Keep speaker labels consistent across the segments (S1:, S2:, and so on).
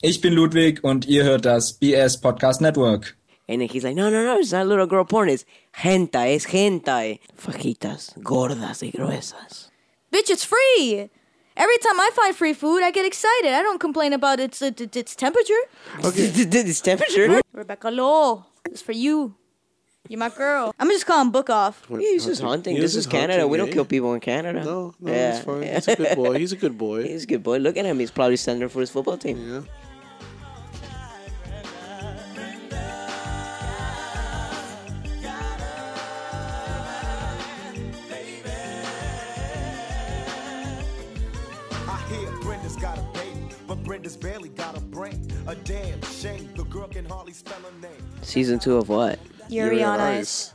S1: Ich bin Ludwig und ihr hört das BS Podcast Network.
S2: And then he's like, no, no, no, it's not little girl porn. It's hentai, es hentai. Fajitas, gordas y gruesas.
S3: Bitch, it's free. Every time I find free food, I get excited. I don't complain about its its, its temperature.
S2: this temperature?
S3: Rebecca Lowell, this is for you. You're my girl. I'm just calling book off.
S2: He's just hunting.
S4: He
S2: This
S4: was
S2: is
S4: just
S2: Canada.
S4: hunting,
S2: we don't
S4: eh?
S2: kill people in Canada.
S4: No, no,
S2: Yeah.
S4: he's fine. He's a good boy. He's a good boy.
S2: He's a good boy. Look at him. He's probably standing for his football team.
S4: yeah.
S5: I hear Brenda's got a baby, but Brenda's barely got a brain. A damn shame, the girl can hardly spell her name.
S2: Season two of what?
S3: Yuri on ice.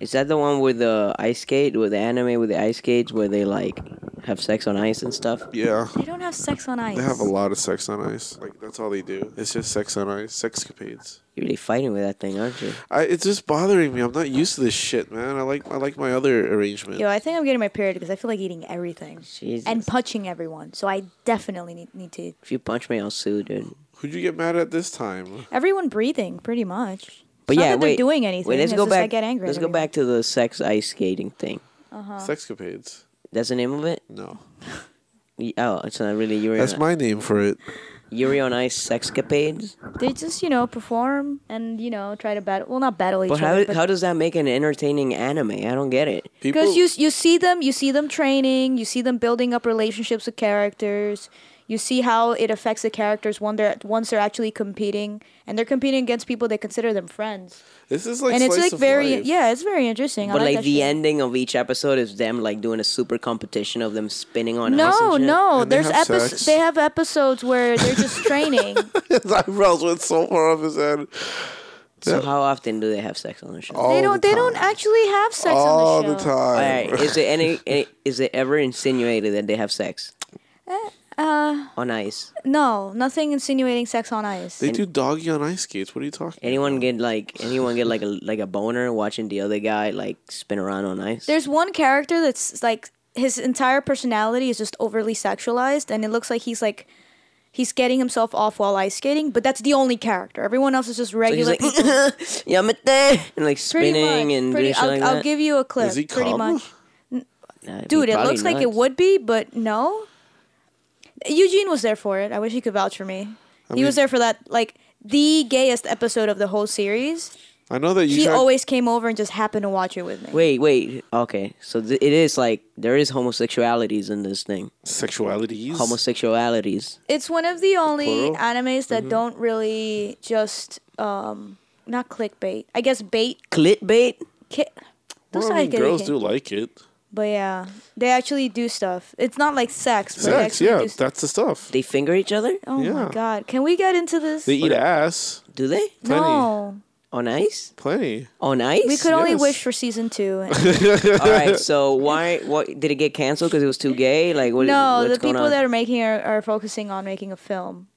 S2: Is that the one with the ice skate, with the anime with the ice skates, where they like have sex on ice and stuff?
S4: Yeah.
S3: They don't have sex on ice.
S4: They have a lot of sex on ice. Like that's all they do. It's just sex on ice, sexcapades.
S2: You're really fighting with that thing, aren't you?
S4: I it's just bothering me. I'm not used to this shit, man. I like I like my other arrangement.
S3: Yo, I think I'm getting my period because I feel like eating everything
S2: Jesus.
S3: and punching everyone. So I definitely need, need to.
S2: if you punch me, I'll sue, dude.
S4: Who'd you get mad at this time?
S3: Everyone breathing, pretty much.
S2: But
S3: It's not
S2: yeah,
S3: that they're
S2: wait.
S3: doing anything,
S2: Wait, let's
S3: it's
S2: go
S3: just I
S2: back.
S3: get angry at
S2: Let's go
S3: everyone.
S2: back to the sex ice skating thing.
S3: Uh-huh.
S4: Sexcapades.
S2: That's the name of it.
S4: No,
S2: Y- Oh, it's not really Yuri.
S4: that's
S2: on,
S4: my name for it.
S2: Yuri on Ice sexcapades.
S3: They just, you know, perform and, you know, try to battle. Well, not battle each
S2: But
S3: other.
S2: how how does that make an entertaining anime? I don't get it.
S4: People.
S3: because you you see them you see them training you see them building up relationships with characters you see how it affects the characters when they're once they're actually competing and they're competing against people they consider them friends
S4: this is like
S3: and it's
S4: slice
S3: like
S4: of
S3: very
S4: life.
S3: yeah it's very interesting I
S2: But
S3: like,
S2: like,
S3: that
S2: the
S3: shit.
S2: ending of each episode is them like doing a super competition of them spinning on ice.
S3: no
S2: and shit.
S3: no
S4: And they
S3: there's
S4: have
S3: episodes
S4: sex.
S3: they have episodes where they're just training
S4: His eyebrows went so far off his head.
S2: So how often do they have sex on the show?
S4: All
S3: they don't
S4: the
S3: they don't
S4: time.
S3: actually have sex
S4: all
S3: on the show
S2: All
S4: time.
S2: right. Is it any? any- Is it ever insinuated that they have sex
S3: uh
S2: on ice?
S3: no nothing insinuating sex on ice
S4: They do doggy on ice skates. What are you talking?
S2: Anyone get like anyone get like a like a boner watching the other guy like spin around on ice?
S3: There's one character that's like his entire personality is just overly sexualized, and it looks like he's like he's getting himself off while ice skating. But that's the only character. Everyone else is just
S2: so he's
S3: regular.
S2: like
S3: people.
S2: yamete and like
S3: pretty
S2: spinning
S3: much.
S2: and
S3: pretty,
S2: doing shit
S3: I'll,
S2: like
S3: I'll
S2: that.
S3: give you a clip.
S4: Does he
S3: pretty
S4: come?
S3: much,
S2: Nah, it'd be
S3: dude. It
S2: probably
S3: looks like it
S2: nuts.
S3: would be, but no. Eugene was there for it. I wish he could vouch for me. he was
S4: mean-
S3: there for that, like the gayest episode of the whole series.
S4: I know that you.
S3: He
S4: tried-
S3: always came over and just happened to watch it with me.
S2: Wait, wait. Okay, so th- it is like there is homosexualities in this thing.
S4: sexualities.
S2: Homosexualities.
S3: It's one of the only
S4: plural? Mm-hmm.
S3: animes that don't really just um not clickbait. I guess bait.
S2: Clit bait.
S3: Ki- those
S4: Well, I
S3: are
S4: mean,
S3: getting
S4: girls
S3: hit.
S4: do like it.
S3: But yeah, they actually do stuff. It's not like sex. But they
S4: Sex,
S3: actually
S4: yeah,
S3: do st-
S4: that's the stuff.
S2: They finger each other.
S3: oh
S4: yeah.
S3: my god! Can we get into this?
S4: They eat ass.
S2: Do they?
S3: no,
S2: On ice?
S4: Plenty.
S2: On ice?
S3: we could only
S4: yes.
S3: wish for season two.
S2: All right. So why? What did it get canceled because it was too gay? Like what?
S3: no,
S2: what's
S3: the
S2: going
S3: people
S2: on?
S3: that are making are, are focusing on making a film,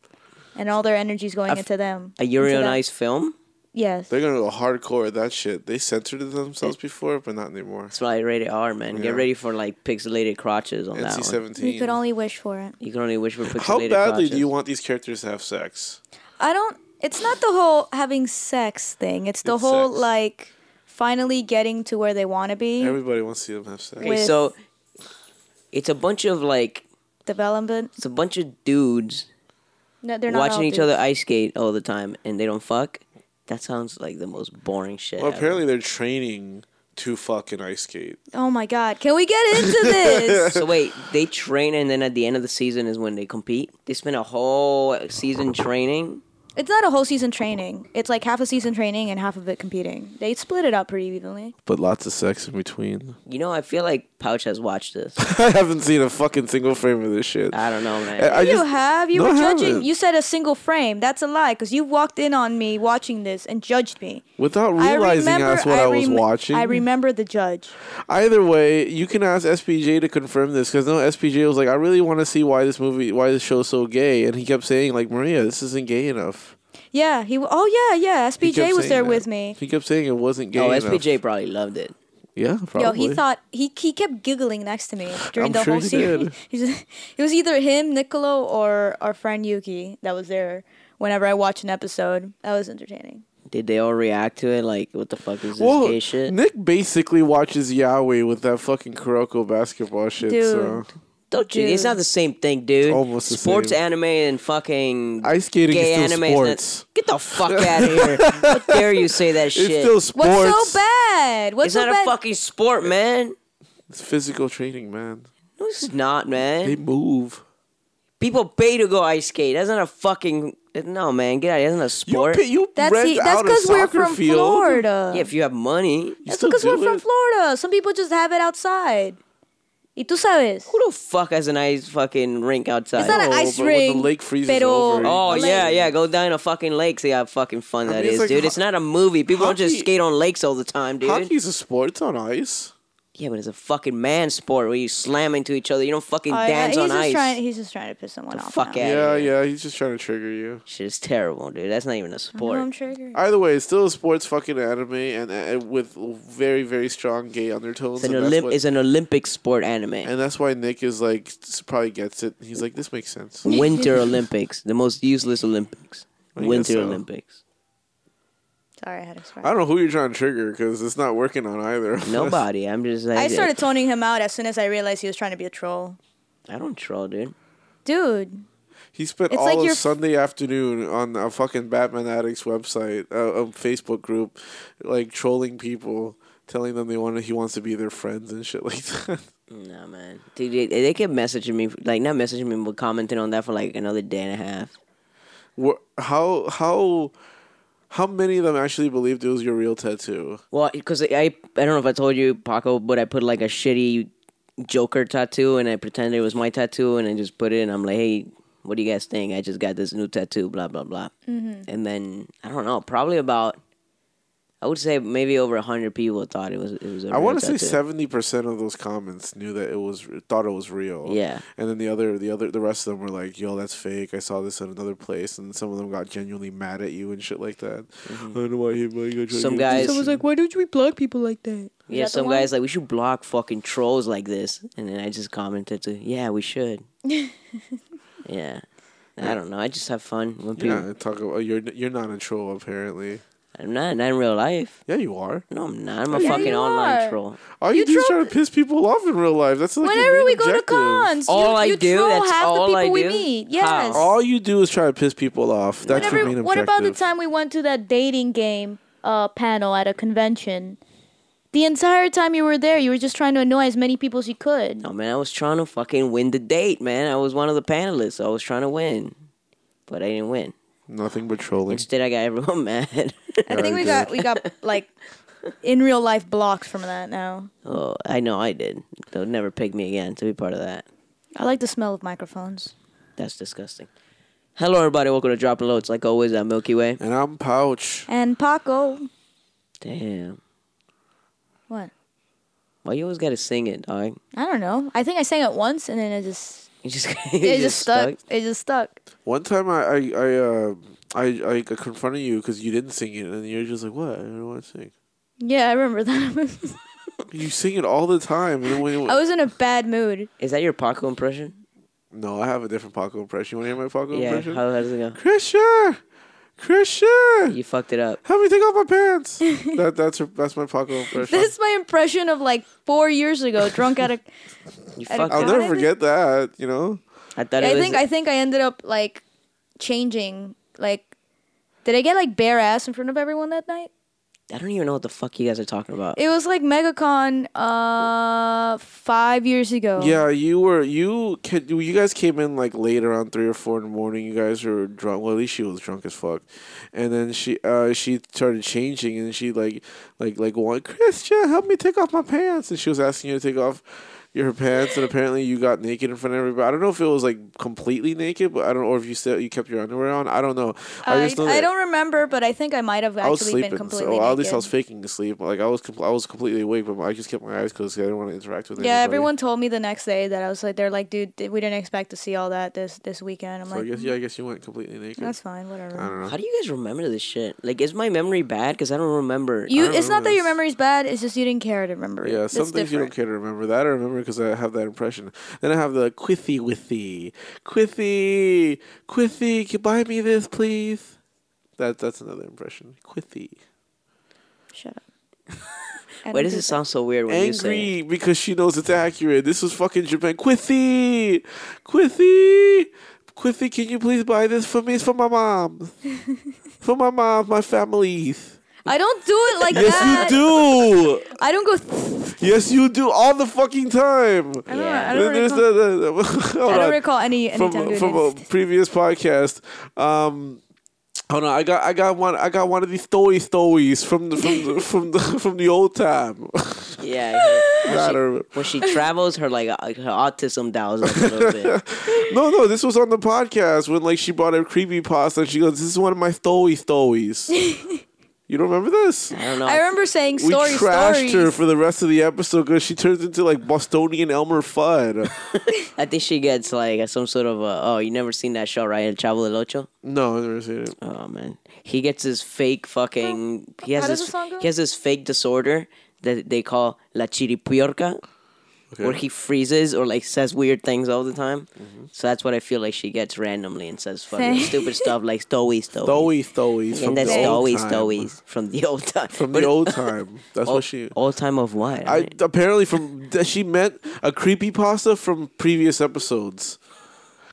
S3: and all their energy's going into them.
S2: a Yuri
S3: into
S2: on
S3: that.
S2: Ice film.
S3: Yes.
S4: They're gonna go hardcore at that shit. They censored themselves before, but not anymore.
S2: It's like rated R, man. Get
S4: Yeah.
S2: ready for like pixelated crotches on that
S4: NC
S2: one.
S4: seventeen.
S3: We could only wish for it.
S2: You can only wish for pixelated
S4: How badly
S2: crotches.
S4: do you want these characters to have sex?
S3: I don't. It's not the whole having sex thing. It's the
S4: It's
S3: whole
S4: sex.
S3: like finally getting to where they want to be.
S4: Everybody wants to see them have sex.
S2: Okay,
S3: with-
S2: so it's a bunch of like
S3: development.
S2: it's a bunch of dudes
S3: No, they're not
S2: watching
S3: all
S2: each other
S3: dudes.
S2: ice skate all the time and they don't fuck. That sounds like the most boring shit.
S4: Well,
S2: ever.
S4: apparently they're training to fucking ice skate.
S3: oh my god! Can we get into this?
S2: So wait, they train and then at the end of the season is when they compete. They spend a whole season training.
S3: it's not a whole season training. It's like half a season training and half of it competing. They split it up pretty evenly.
S4: But lots of sex in between.
S2: You know, I feel like Pouch has watched this.
S4: I haven't seen a fucking single frame of this shit.
S2: I don't know, man.
S4: I- I
S3: you
S4: just-
S3: have. You
S4: No,
S3: were
S4: I
S3: judging.
S4: haven't.
S3: You said a single frame. That's a lie because you walked in on me watching this and judged me.
S4: without realizing
S3: I remember.
S4: that's what I, was
S3: rem-
S4: watching.
S3: I remember the judge.
S4: Either way, you can ask SPJ to confirm this because no, SPJ was like, I really want to see why this movie, why this show's so gay, and he kept saying like, Maria, this isn't gay enough.
S3: Yeah. He. Oh yeah. Yeah.
S4: He kept
S3: SPJ was
S4: saying
S3: there
S4: that.
S3: with me.
S4: He kept saying it wasn't gay.
S2: Oh,
S4: enough.
S2: SPJ probably loved it.
S4: Yeah, probably.
S3: Yo, he thought he he kept giggling next to me during
S4: I'm
S3: the
S4: sure
S3: whole
S4: he
S3: series.
S4: did.
S3: He's just- it was either him, Niccolo, or our friend Yuki that was there. Whenever I watch an episode, that was entertaining.
S2: Did they all react to it? Like, what the fuck is this
S4: Well,
S2: gay shit?
S4: Nick basically watches Yahweh with that fucking Kuroko basketball shit. So
S2: Don't you? It's not the same thing, dude.
S4: almost the
S2: sports
S4: same.
S2: anime and fucking
S4: Ice skating is
S2: gay
S4: still
S2: anime. is not-
S4: sports.
S2: Get the fuck out of here! How dare you say that shit?
S4: it's still sports.
S3: What's so bad? What's
S2: It's
S3: so
S2: not
S3: bad?
S2: a fucking sport, man.
S4: It's physical training, man.
S2: No, it's not, man.
S4: They move.
S2: People pay to go ice skate. That's not a fucking no, man. Get out. of here. That's not a
S4: You,
S2: sport.
S4: pay, you
S3: that's
S4: rent
S3: the, that's
S4: out a
S3: because we're
S4: soccer
S3: from
S4: field.
S3: Florida.
S2: yeah, if you have money.
S4: You
S3: that's
S4: still
S3: because
S4: do
S3: we're from
S4: it?
S3: Florida. Some people just have it outside. Y tú sabes.
S2: Who the fuck has an ice fucking rink outside?
S3: It's not an
S4: No,
S3: ice
S4: but when the
S3: rink.
S4: lake freezes
S3: pero-
S4: over, you-
S2: Oh
S3: A
S2: yeah,
S3: lake.
S2: yeah. Go down to fucking lake. See how fucking fun
S4: I
S2: that is,
S4: mean, it's like
S2: dude.
S4: ho-
S2: it's not a movie. People don't just
S4: hockey-
S2: skate on lakes all the time, dude.
S4: Hockey's a sport. It's on ice.
S2: Yeah, but it's a fucking man sport where you slam into each other. You don't fucking
S3: Oh, yeah,
S2: dance
S3: he's
S2: on
S3: just
S2: ice.
S3: Trying, he's just trying to piss someone
S2: The
S3: off.
S2: fuck
S3: now.
S2: Yeah,
S4: Yeah,
S2: yeah.
S4: yeah. He's just trying to trigger you.
S2: Shit is terrible, dude. That's not even a
S3: No, I'm
S2: sport.
S3: triggered.
S4: Either way, it's still a sports fucking anime and, and with very very strong gay undertones.
S2: It's an,
S4: and, that's
S2: Olymp-
S4: what-
S2: it's an Olympic sport anime.
S4: and that's why Nick is like s- probably gets it. He's like, this makes sense.
S2: Winter Olympics, the most useless Olympics.
S4: I guess
S2: Winter
S4: so.
S2: Olympics.
S3: Sorry, I had to start.
S4: I don't know who you're trying to trigger because it's not working on either. of us.
S2: Nobody. I'm just. Like,
S3: I started toning him out as soon as I realized he was trying to be a troll.
S2: I don't troll, dude.
S3: Dude,
S4: He spent
S3: It's
S4: all
S3: like
S4: of
S3: you're-
S4: Sunday afternoon on a fucking Batman Addicts website, uh, a Facebook group, like trolling people, telling them they want to, he wants to be their friends and shit like that.
S2: No man, dude. They, they kept messaging me, like not messaging me, but commenting on that for like another day and a half.
S4: Wha- how how how many of them actually believed it was your real tattoo?
S2: Well, because I I don't know if I told you Paco, but I put like a shitty Joker tattoo, and I pretended it was my tattoo, and I just put it, and I'm like, hey, what do you guys think? I just got this new tattoo, blah blah blah.
S3: Mm-hmm.
S2: And then I don't know, probably about. I would say maybe over hundred people thought it was it was. A
S4: I
S2: want to
S4: say seventy percent of those comments knew that it was thought it was real.
S2: Yeah.
S4: and then the other the other the rest of them were like, "Yo, that's fake. I saw this at another place." And some of them got genuinely mad at you and shit like that.
S3: Mm-hmm.
S4: I don't know why he. Why you
S2: Some guys-
S4: was
S2: Someone's
S4: like,
S3: why don't we block people like that?
S2: Yeah,
S3: that the
S2: some
S3: one?
S2: guys like we should block fucking trolls like this, and then I just commented to, yeah, we should. yeah, I don't know. I just have fun when people.
S4: "Yeah, talk about you're you're not a troll apparently."
S2: I'm not not in real life.
S4: Yeah, you are.
S2: No, I'm not. I'm a
S3: Yeah,
S2: fucking
S3: you
S2: online
S3: are.
S2: troll.
S4: All you,
S3: You
S4: do is try
S3: troll-
S4: to piss people off in real life. That's like your
S3: Whenever
S4: main
S3: we go to
S4: objective.
S3: cons, you-
S2: All I
S3: you,
S2: do,
S3: troll
S2: that's
S3: half
S2: all
S3: the
S2: I
S3: people we
S2: do?
S3: meet.
S2: How?
S3: Yes.
S4: All you do is try to piss people off. That's your main
S3: Whenever,
S4: objective.
S3: what about the time we went to that dating game uh, panel at a convention? The entire time you were there, you were just trying to annoy as many people as you could.
S2: No, man, I was trying to fucking win the date, man. I was one of the panelists. I was trying to win, but I didn't win.
S4: Nothing but trolling.
S2: Instead, I got everyone mad.
S3: I think we got we got like in real life blocks from that now.
S2: oh, I know I did. They'll never pick me again to be part of that.
S3: I like the smell of microphones.
S2: That's disgusting. Hello, everybody. Welcome to Dropping Low. It's like always at Milky Way.
S4: And I'm uh, Pouch.
S3: And Paco,
S2: Damn.
S3: what?
S2: Why you always gotta sing it, dog?
S3: I don't know. I think I sang it once and then it just
S2: You just
S3: it, just, stuck. It just stuck.
S4: One time I I I, uh, I, I confronted you because you didn't sing it, and you're just like, "What? I don't want to sing."
S3: Yeah, I remember that.
S4: You sing it all the time. And when,
S3: I was in a bad mood.
S2: Is that your Paco impression?
S4: no, I have a different Paco impression. You want to hear my Paco
S2: yeah.
S4: impression?
S2: How, how does it go?
S4: Christian, Christian,
S2: You fucked it up.
S4: help me take off my pants. that that's her, that's my Paco impression.
S3: That's my impression of like four years ago, drunk at a.
S2: You
S3: I
S2: fucked
S4: I'll
S2: it
S3: don't-
S2: up.
S4: never forget that. You know,
S2: I thought
S3: I
S2: it was.
S3: think I think I ended up like changing. Like, did I get like bare ass in front of everyone that night?
S2: I don't even know what the fuck you guys are talking about.
S3: It was like MegaCon uh five years ago.
S4: Yeah, you were you ca- you guys came in like late around three or four in the morning. You guys were drunk. Well, at least she was drunk as fuck. And then she uh she started changing and she like like like one Christian help me take off my pants and she was asking you to take off your pants, and apparently you got naked in front of everybody. I don't know if it was like completely naked, but I don't, or if you still you kept your underwear on. I don't know.
S3: I,
S4: just know
S3: I
S4: that-
S3: don't remember, but I think I might have
S4: I was
S3: actually been
S4: sleeping,
S3: completely
S4: so at least I
S3: naked.
S4: was faking sleep. Like I was, compl- I was completely awake, but I just kept my eyes closed. 'cause I didn't want to interact with.
S3: yeah,
S4: anybody.
S3: everyone told me the next day that I was like, they're like, dude, th- we didn't expect to see all that this this weekend. I'm
S4: So I
S3: like,
S4: guess yeah, I guess you went completely naked.
S3: that's fine, whatever.
S4: I don't know.
S2: How do you guys remember this shit? Like, is my memory bad? Because I don't remember.
S3: You,
S4: don't
S3: it's not that your
S4: remember this.
S3: memory's bad. It's just you didn't care to remember. it.
S4: Yeah,
S3: That's
S4: some things you don't
S3: different.
S4: care to remember. That I remember because I have that impression. Then I have the quithy withy, quithy, quithy. Can you buy me this, please? That that's another impression. Quithy,
S3: Shut up.
S2: Why does it sound so weird when you say it?
S4: angry because she knows it's accurate. This was fucking Japan. Quithy, quithy, quithy. Can you please buy this for me? It's for my mom, for my mom, my families.
S3: I don't do it like that.
S4: Yes, you do.
S3: I don't go. Th-
S4: Yes, you do all the fucking time.
S3: I don't.
S2: Yeah.
S3: I don't
S4: There's
S3: recall.
S4: the- the- the- hold
S3: I don't
S4: on.
S3: recall any any time
S4: from
S3: doing
S4: from a
S3: this.
S4: previous podcast. Um, hold on, I got I got one I got one of these story stories from the from the, from the from the old time.
S2: Yeah. I hear-
S4: I don't-
S2: when she travels, her like uh, her autism dials up a little bit.
S4: no, no, this was on the podcast when like she brought a creepy pasta and she goes, "This is one of my story stories." you don't remember this?
S2: I don't know.
S3: I remember saying
S4: We
S3: story
S4: trashed
S3: stories.
S4: her for the rest of the episode because she turns into like Bostonian Elmer Fudd.
S2: I think she gets like some sort of a, oh, you never seen that show, right? El Chavo del Ocho.
S4: no, I've never seen it.
S2: Oh man, he gets this fake fucking. He has
S3: How does
S2: this.
S3: the song go?
S2: He has this fake disorder that they call la chiripiorca, where he freezes or like says weird things all the time. So that's what I feel like she gets randomly and says fucking
S3: Same.
S2: stupid stuff like stowies, stowies,
S4: Story stories from
S2: and that's
S4: the old
S2: stowies,
S4: time.
S2: stowies from the old time.
S4: From the old time. That's
S2: old,
S4: what she.
S2: old time of what?
S4: I apparently from that she meant a creepy pasta from previous episodes.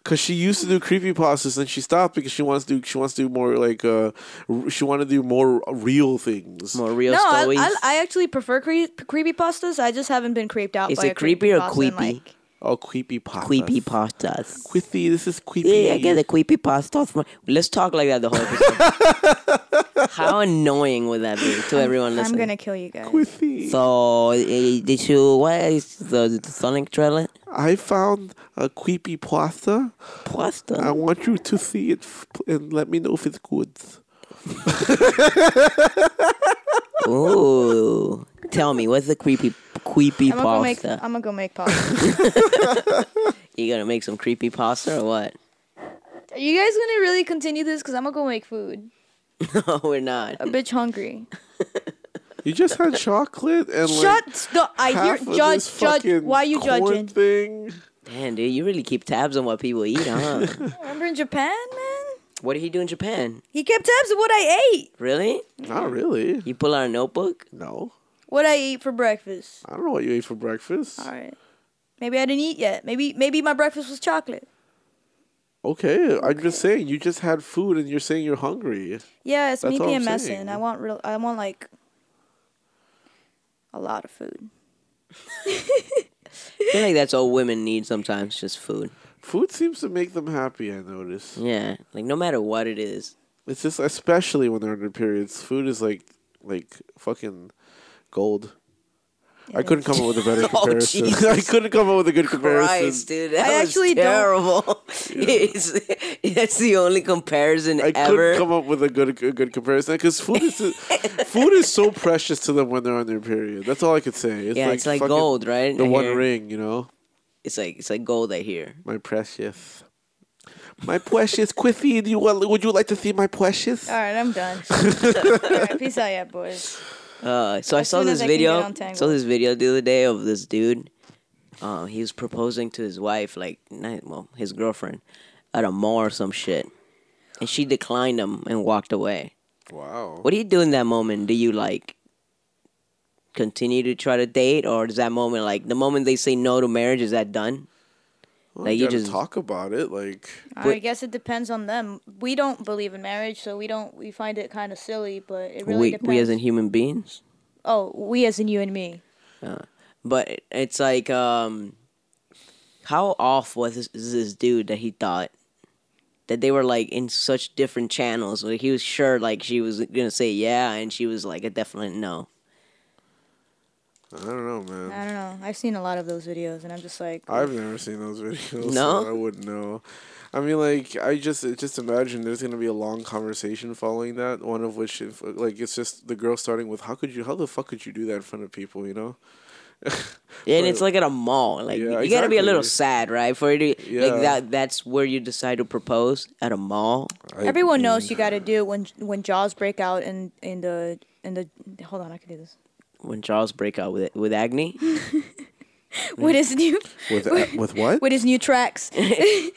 S4: Cause she used to do creepy pastas and she stopped because she wants to do she wants to do more like uh r- she wanted to do more real things.
S2: more real
S3: No, I,
S2: stowies.
S3: I, I actually prefer creep creepy pastas. I just haven't been creeped out.
S2: Is
S3: by
S2: it
S3: a
S2: creepy or
S3: creepypasta in,
S2: queepy?
S3: Like,
S4: Oh, creepy pasta.
S2: Creepy pastas.
S4: Quithy, this is creepy.
S2: Yeah, I get the creepy pasta. From, let's talk like that the whole episode. How annoying would that be to everyone
S3: I'm
S2: listening?
S3: gonna kill you guys.
S4: Quithy.
S2: So, uh, did you what is the, the Sonic trailer?
S4: I found a creepy pasta. I
S2: Pasta.
S4: want you to see it f- and let me know if it's good.
S2: Ooh. Tell me, what's the creepy creepy
S3: I'm gonna go make.
S2: pasta?
S3: I'm gonna go make pasta.
S2: You gonna make some creepy pasta or what?
S3: Are you guys gonna really continue this? Cause I'm gonna go make food.
S2: No, we're not.
S3: A bitch hungry.
S4: You just had chocolate and like
S3: Shut the. I hear
S4: half of
S3: judge
S4: this
S3: judge.
S4: fucking
S3: Why are you
S4: corn
S3: judging?
S4: Thing.
S2: Damn, dude, you really keep tabs on what people eat, huh?
S3: Remember in Japan, man.
S2: what did he do in Japan?
S3: He kept tabs of what I ate.
S2: Really?
S4: Not really.
S2: You pull out a notebook?
S4: No.
S3: What I ate for breakfast.
S4: I don't know what you ate for breakfast.
S3: All right. Maybe I didn't eat yet. Maybe maybe my breakfast was chocolate.
S4: Okay, I'm just saying you just had food and you're saying you're hungry.
S3: Yeah, it's
S4: That's
S3: me
S4: all I'm
S3: being messing.
S4: saying.
S3: I want real. I want like a lot of food.
S2: I feel like that's all women need sometimes, just food.
S4: Food seems to make them happy. I notice.
S2: Yeah, like no matter what it is.
S4: It's just especially when they're under periods. Food is like like fucking gold. I couldn't come up with a better
S2: Oh,
S4: comparison.
S2: Jesus
S4: I couldn't come up with a good comparison.
S2: Christ, dude, that
S3: I
S2: was
S3: actually don't-
S2: terrible. It's- that's the only comparison
S4: I
S2: ever.
S4: couldn't come up with a good a good comparison because food is food is so precious to them when they're on their period. That's all I could say. It's
S2: yeah,
S4: like
S2: it's like
S4: fucking
S2: gold, right?
S4: The
S2: I
S4: One
S2: hear.
S4: Ring, you know.
S2: It's like it's like gold. I hear.
S4: My precious. My precious Quiffy, do you want, would you like to see my precious?
S3: All right, I'm done. all right, peace out, yeah, boys.
S2: Uh, so I
S3: As
S2: saw
S3: soon as
S2: this
S3: I can get
S2: video.
S3: on Tangled.
S2: Saw this video the other day of this dude. Uh, he was proposing to his wife, like not, well, his girlfriend, at a mall or some shit, and she declined him and walked away.
S4: Wow.
S2: What do you do in that moment? Do you like continue to try to date, or is that moment like the moment they say no to marriage? Is that done?
S4: Well,
S2: Like,
S4: you,
S2: you
S4: gotta
S2: just-
S4: talk about it. Like,
S3: I guess it depends on them. We don't believe in marriage, so we don't. We find it kind of silly, but it really
S2: we
S3: depends.
S2: we as in human beings,
S3: oh, we as in you and me.
S2: but it- it's like um, how off was this, is this dude that he thought that they were like in such different channels? Like he was sure like she was gonna say yeah, and she was like a definite no.
S4: I don't know, man.
S3: I don't know. I've seen a lot of those videos, and I'm just like,
S4: I've never seen those videos.
S2: No?
S4: so I wouldn't know. I mean, like, I just just imagine there's gonna be a long conversation following that. One of which, if, like, it's just the girl starting with, "How could you? How the fuck could you do that in front of people?" You know?
S2: and it's like at a mall. Like
S4: Yeah,
S2: you gotta be a little
S4: exactly.
S2: sad, right? For it, to,
S4: Yeah.
S2: like that. That's where you decide to propose at a mall.
S3: everyone knows you got to do it when when jaws break out in in the in the. Hold on, I can do this.
S2: When Charles break out with with Agni,
S3: With his new
S4: With a- with what?
S3: with his new tracks.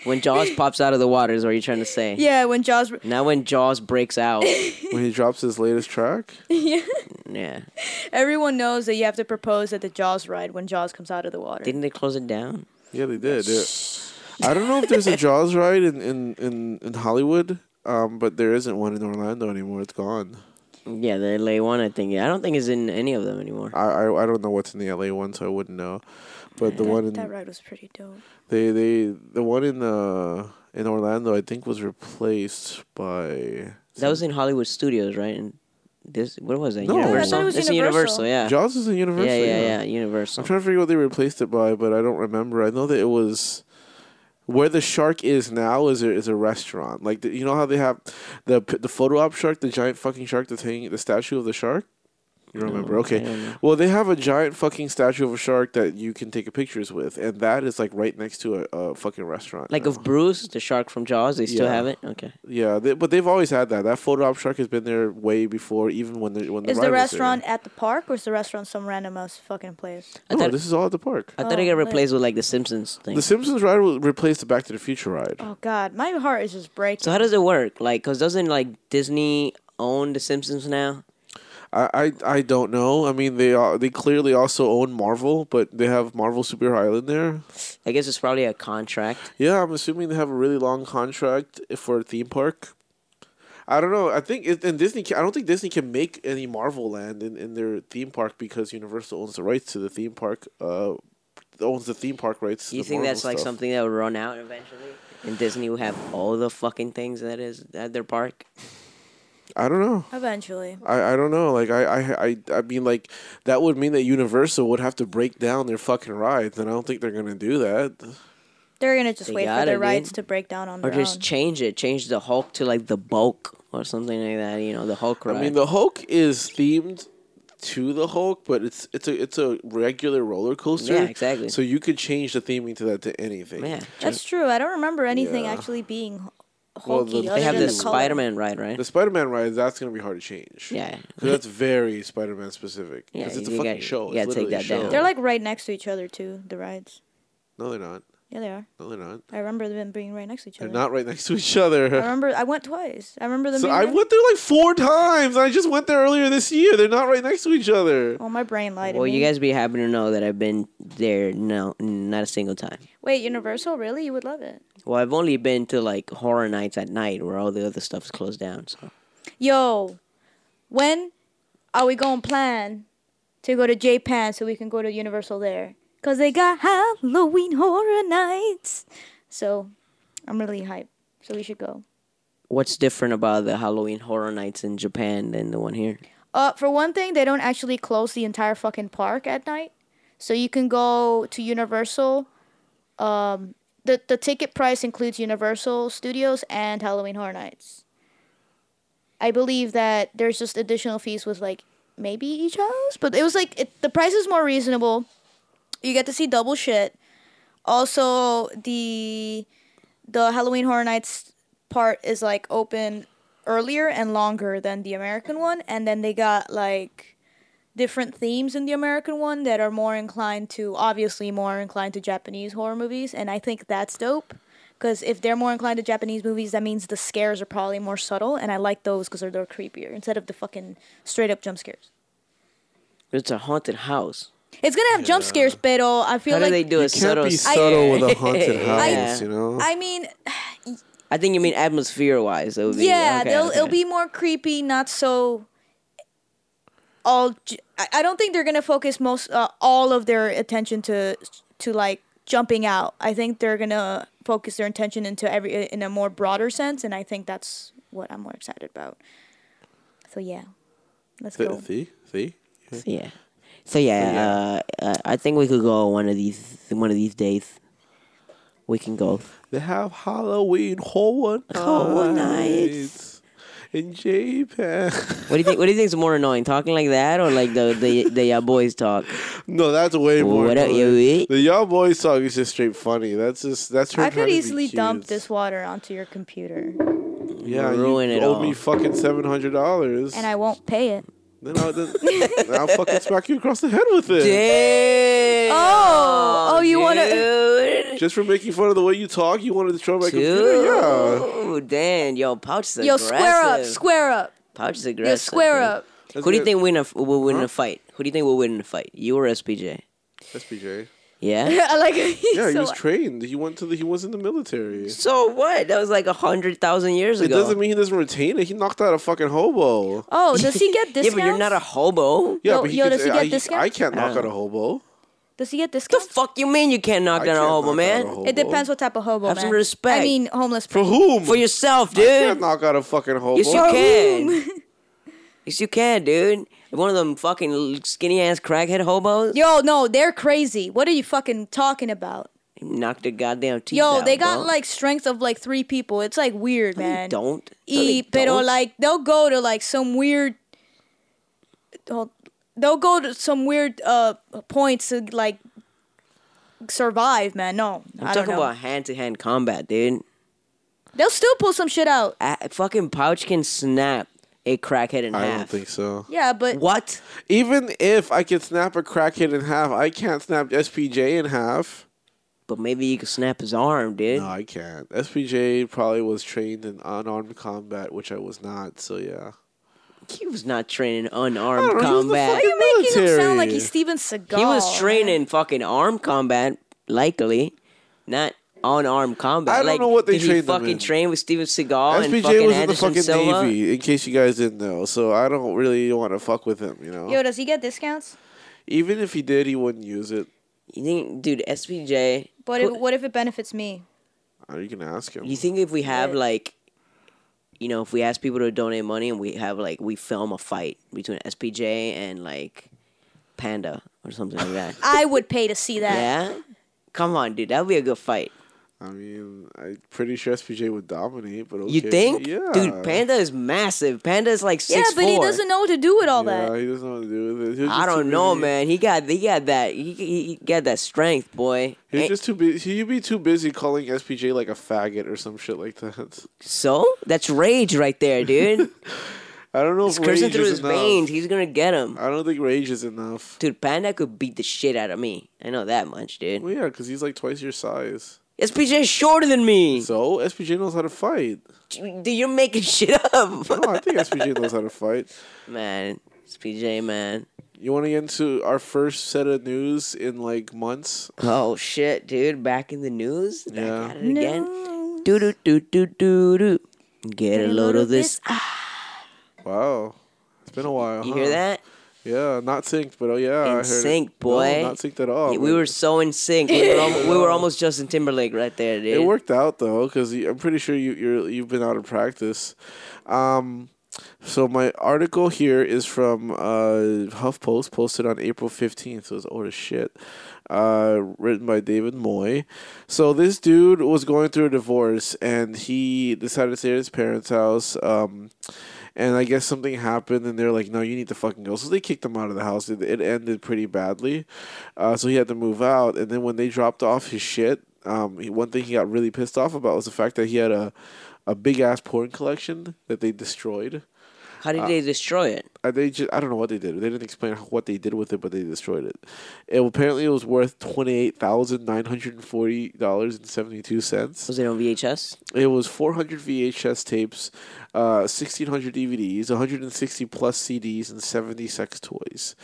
S2: when Jaws pops out of the water is what you're trying to say.
S3: yeah, when jaws.
S2: Now when Jaws breaks out,
S4: When he drops his latest track,
S2: yeah.
S3: Everyone knows that you have to propose at the jaws ride when jaws comes out of the water.
S2: Didn't they close it down?
S4: yeah, they did. It- I don't know if there's a Jaws ride in in in, in Hollywood, um, but there isn't one in Orlando anymore. It's gone.
S2: Yeah, the LA one. I think. I don't think it's in any of them anymore.
S4: I I, I don't know what's in the LA one, so I wouldn't know. But the
S3: that,
S4: one in
S3: that ride was pretty dope.
S4: They they the one in uh in Orlando I think was replaced by
S2: That was in Hollywood Studios, right? And this what was that?
S4: No. I thought it
S3: was
S2: It's Universal.
S3: Universal.
S2: Yeah.
S4: Jaws is in Universal.
S2: yeah, yeah, yeah.
S4: I'm
S2: Universal.
S4: trying to figure what they replaced it by, but I don't remember. I know that it was where the shark is now is a, is a restaurant. Like the, you know how they have the p- the photo op shark, the giant fucking shark that's hanging, the statue of the shark. You remember? okay.
S2: don't know.
S4: Well, they have a giant fucking statue of a shark that you can take pictures with, and that is like right next to a, a fucking restaurant.
S2: like
S4: now.
S2: of Bruce, the shark from Jaws. They still
S4: Yeah.
S2: have it. Okay.
S4: Yeah, they, but they've always had that. That photo op shark has been there way before, even when the when the
S3: Is
S4: ride
S3: the
S4: was there.
S3: restaurant at the park or is the restaurant some random ass fucking place?
S2: I
S4: No,
S2: thought
S4: this is all at the park.
S2: I thought it
S3: Oh,
S2: got
S3: lit.
S2: replaced with like the Simpsons thing.
S4: The Simpsons ride will replace the Back to the Future ride.
S3: Oh god, my heart is just breaking.
S2: so how does it work? Like, cause doesn't like Disney own the Simpsons now?
S4: I, I I don't know. I mean, they are, they clearly also own Marvel, but they have Marvel Super Island there.
S2: I guess it's probably a contract.
S4: Yeah, I'm assuming they have a really long contract for a theme park. I don't know. I think it, and Disney. Can, I don't think Disney can make any Marvel land in, in their theme park because Universal owns the rights to the theme park. Uh, owns the theme park rights. To
S2: You
S4: the
S2: think
S4: Marvel
S2: that's like
S4: stuff.
S2: something that will run out eventually, and Disney will have all the fucking things that is at their park?
S4: I don't know.
S3: Eventually.
S4: I, I don't know. Like I, I I I mean like that would mean that Universal would have to break down their fucking rides, and I don't think they're gonna do that.
S3: They're gonna just
S2: They
S3: wait
S2: gotta,
S3: for their
S2: dude.
S3: rides to break down on
S2: Or
S3: their
S2: just
S3: own.
S2: change it, change the Hulk to like the Bulk or something like that. You know, the Hulk ride.
S4: I mean the Hulk is themed to the Hulk, but it's it's a it's a regular roller coaster.
S2: Yeah, exactly.
S4: So you could change the theming to that to anything.
S2: yeah.
S3: That's true. I don't remember anything
S4: Yeah.
S3: actually being
S4: Well,
S3: hulky.
S4: the-
S3: other
S2: They have
S3: than
S2: the
S3: the color.
S2: Spider Man ride, right?
S4: The Spider Man ride that's gonna be hard to change.
S2: Yeah.
S4: 'Cause that's very Spider Man specific.
S2: Yeah,
S4: 'Cause it's a
S2: you
S4: fucking
S2: gotta-
S4: show.
S2: you
S4: It's
S2: gotta take
S4: literally a
S2: that down.
S4: show.
S3: They're like right next to each other too. The rides.
S4: no, they're not.
S3: Yeah, they are.
S4: No, they're not.
S3: I remember them being right next to each
S4: They're
S3: other.
S4: not right next to each
S3: I
S4: other.
S3: remember I went twice. I remember them.
S4: So
S3: being
S4: I
S3: right-
S4: went there like four times. I just went there earlier this year. They're not right next to each other.
S3: Oh, my brain lied. to
S2: Well, you
S3: me.
S2: guys be happy to know that I've been there no, not a single time.
S3: Wait, Universal? Really? You would love it.
S2: Well, I've only been to like horror nights at night where all the other stuff's closed down. So
S3: Yo, when are we going to plan to go to Japan so we can go to Universal there? Because they got Halloween Horror Nights. So I'm really hyped. So we should go.
S2: what's different about the Halloween horror nights in Japan than the one here?
S3: Uh, for one thing, they don't actually close the entire fucking park at night. So you can go to Universal. Um, the, the ticket price includes Universal Studios and Halloween Horror Nights. I believe that there's just additional fees with like maybe each house, but it was like it, the price is more reasonable. You get to see double shit. Also, the the Halloween Horror Nights part is like open earlier and longer than the American one, and then they got like different themes in the American one that are more inclined to obviously more inclined to Japanese horror movies, and I think that's dope. Because if they're more inclined to Japanese movies, that means the scares are probably more subtle, and I like those because they're, they're creepier instead of the fucking straight up jump scares.
S2: It's a haunted house.
S3: It's gonna have jump scares, pero I feel
S2: How do
S3: like
S2: they do a
S4: You can't
S2: subtle?
S4: be
S2: s-
S4: subtle with a haunted house,
S3: I-
S4: you know.
S3: I mean,
S2: I think you mean atmosphere wise.
S3: yeah,
S2: okay,
S3: they'll,
S2: okay.
S3: it'll be more creepy, not so. All j- I I don't think they're gonna focus most uh, all of their attention to to like jumping out. I think they're gonna focus their attention into every in a more broader sense, and I think that's what I'm more excited about. So yeah, let's
S4: Th-
S3: go.
S4: see, see.
S2: Yeah. So yeah, Uh, uh, I think we could go one of these one of these days. We can go.
S4: They have Halloween horror nights,
S2: Horror
S4: in Japan.
S2: What do you think? What do you think is more annoying, talking like that or like the the the ya boys talk?
S4: no, that's way more.
S2: What up,
S4: annoying.
S2: yo, eh?
S4: The y'all boys song is just straight funny. That's just that's her.
S3: I
S4: trying
S3: could
S4: to be
S3: easily dump
S4: cute.
S3: this water onto your computer,
S4: Yeah,
S2: Ruin
S4: you
S2: it
S4: owed
S2: all.
S4: me fucking seven hundred dollars,
S3: and I won't pay it.
S4: then I'll, then, then I'll fucking smack you across the head with it.
S2: Damn.
S3: Oh, oh, you wanna?
S2: dude.
S4: Just for making fun of the way you talk, you wanted to throw my computer. Yeah,
S2: Dude, damn, yo, pouch is
S3: Yo,
S2: aggressive.
S3: square up, square up,
S2: Pouch is aggressive.
S3: yo, square
S2: dude.
S3: up.
S4: That's
S2: Who do you
S4: good.
S2: think win a, will win a fight? Who do you think will win in a fight? You or SPJ?
S4: SPJ.
S2: Yeah.
S3: I like it.
S4: Yeah, he was trained. He went to the. He was in the military. It
S2: so what? That was like a hundred thousand years ago.
S4: doesn't mean he doesn't retain it. He knocked out a fucking hobo.
S3: Oh, does he get discounts?
S2: Yeah, but you're not a hobo.
S4: Yeah,
S3: Yo-
S4: but he
S3: yo,
S4: could-
S3: does he get
S4: I,
S3: discounts?
S4: I can't knock out a hobo.
S3: Does he get
S2: The
S3: discounts?
S2: fuck you mean you can't knock
S4: I
S2: down a
S4: can't
S2: hobo,
S4: knock
S2: man?
S4: out a hobo.
S3: It depends what type of hobo.
S2: Have some
S3: man.
S2: respect.
S3: I mean, homeless.
S4: For
S3: people.
S4: whom?
S2: For yourself,
S4: I can't
S2: dude.
S4: knock out a fucking hobo.
S2: Yes, you can. yes, you can, dude. One of them fucking skinny ass crackhead hobos
S3: Yo, no, they're crazy. What are you fucking talking about?
S2: knocked a goddamn teeth
S3: Yo,
S2: out,
S3: they got
S2: bro.
S3: like strength of like three people. It's like weird,
S2: No,
S3: man.
S2: You don't. No, they
S3: E, pero
S2: don't.
S3: like they'll go to like some weird. hold- They'll go to some weird uh points to like survive, man. No,
S2: I'm
S3: I'm I do not
S2: talking
S3: know.
S2: about hand to hand combat, dude.
S3: They'll still pull some shit out.
S2: A fucking pouch can snap a crackhead in
S4: I
S2: half.
S4: don't think so.
S3: Yeah, but
S2: What?
S4: Even if I could snap a crackhead in half, I can't snap SPJ in half.
S2: But maybe you could snap his arm, dude.
S4: No, I can't. SPJ probably was trained in unarmed combat, which I was not. So yeah.
S2: He was not training
S4: I
S2: unarmed
S4: don't know, Oh, he was the
S2: combat.
S3: why are you
S4: fucking
S3: making him sound like
S4: military.
S3: he's Steven Seagal?
S2: He was trained
S3: man?
S2: in fucking armed combat, likely, not unarmed combat.
S4: I don't
S2: like,
S4: know what they
S2: did he
S4: trained them
S2: fucking
S4: in.
S2: train with Steven Seagal and fucking
S4: SPJ was in the
S2: Anderson
S4: fucking
S2: Silva?
S4: Navy, in case you guys didn't know. So I don't really want to fuck with him, you know.
S3: Yo, does he get discounts?
S4: Even if he did, he wouldn't use it.
S2: You think, dude, SPJ?
S3: But
S2: Who-
S3: it, what if it benefits me?
S4: Uh, You can ask him.
S2: You think if we have
S3: Right.
S2: like, you know, if we ask people to donate money and we have like we film a fight between SPJ and like Panda or something like that?
S3: I would pay to see that.
S2: yeah, come on, dude, that'd be a good fight.
S4: I mean, I'm pretty sure SPJ would dominate, but okay.
S2: You think,
S4: Yeah.
S2: dude? Panda is massive. Panda is like
S3: Yeah,
S2: six
S3: but he doesn't know what to do with all
S4: yeah,
S3: that.
S4: he doesn't know what to do with it. He was
S2: I
S4: just
S2: don't
S4: too
S2: know,
S4: busy-
S2: man. He got he got that he, he, he got that strength, boy.
S4: He's
S2: And-
S4: just too busy. He'd be too busy calling SPJ like a faggot or some shit like that.
S2: so that's rage right there, dude.
S4: I don't know
S2: He's
S4: if rage
S2: cursing through
S4: is
S2: his
S4: enough.
S2: veins. He's gonna get him,
S4: I don't think rage is enough.
S2: dude. Panda could beat the shit out of me. I know that much, dude.
S4: Well, yeah, because he's like twice your size.
S2: SPJ is shorter than me.
S4: So SPJ knows how to fight.
S2: Dude, you're making shit up,
S4: No, I think SPJ knows how to fight.
S2: man. SPJ, man.
S4: You want to get into our first set of news in like months?
S2: Oh shit, dude. Back in the news. Back
S4: Yeah.
S2: at it again. Do do do do do do. Get a load of this.
S4: Wow, it's been a while.
S2: You
S4: huh?
S2: hear that?
S4: Yeah, not synced, but oh yeah, Uh-huh. I
S2: In
S4: heard it.
S2: sync,
S4: No,
S2: boy.
S4: not synced at all.
S2: Yeah, we
S4: but
S2: were so in sync. We were, almost, we were almost Justin Timberlake right there, dude.
S4: It worked out though, because I'm pretty sure you you're, you've been out of practice. Um, so my article here is from uh, HuffPost, posted on April 15th. So it's old as shit. Uh, written by David Moy. So this dude was going through a divorce, and he decided to stay at his parents' house. Um, and I guess something happened, and they're like, "No, you need to fucking go." So they kicked him out of the house. It, it ended pretty badly, uh, so he had to move out. And then when they dropped off his shit, um, he, one thing he got really pissed off about was the fact that he had a a big ass porn collection that they destroyed.
S2: How did they destroy it?
S4: Uh, they just, I don't know what they did. They didn't explain what they did with it, but they destroyed it. It apparently it was worth twenty eight thousand nine hundred and forty dollars and seventy two cents.
S2: Was it on VHS?
S4: It was 400 VHS tapes, uh, 1,600 DVDs, 160 plus CDs, and 70 sex toys.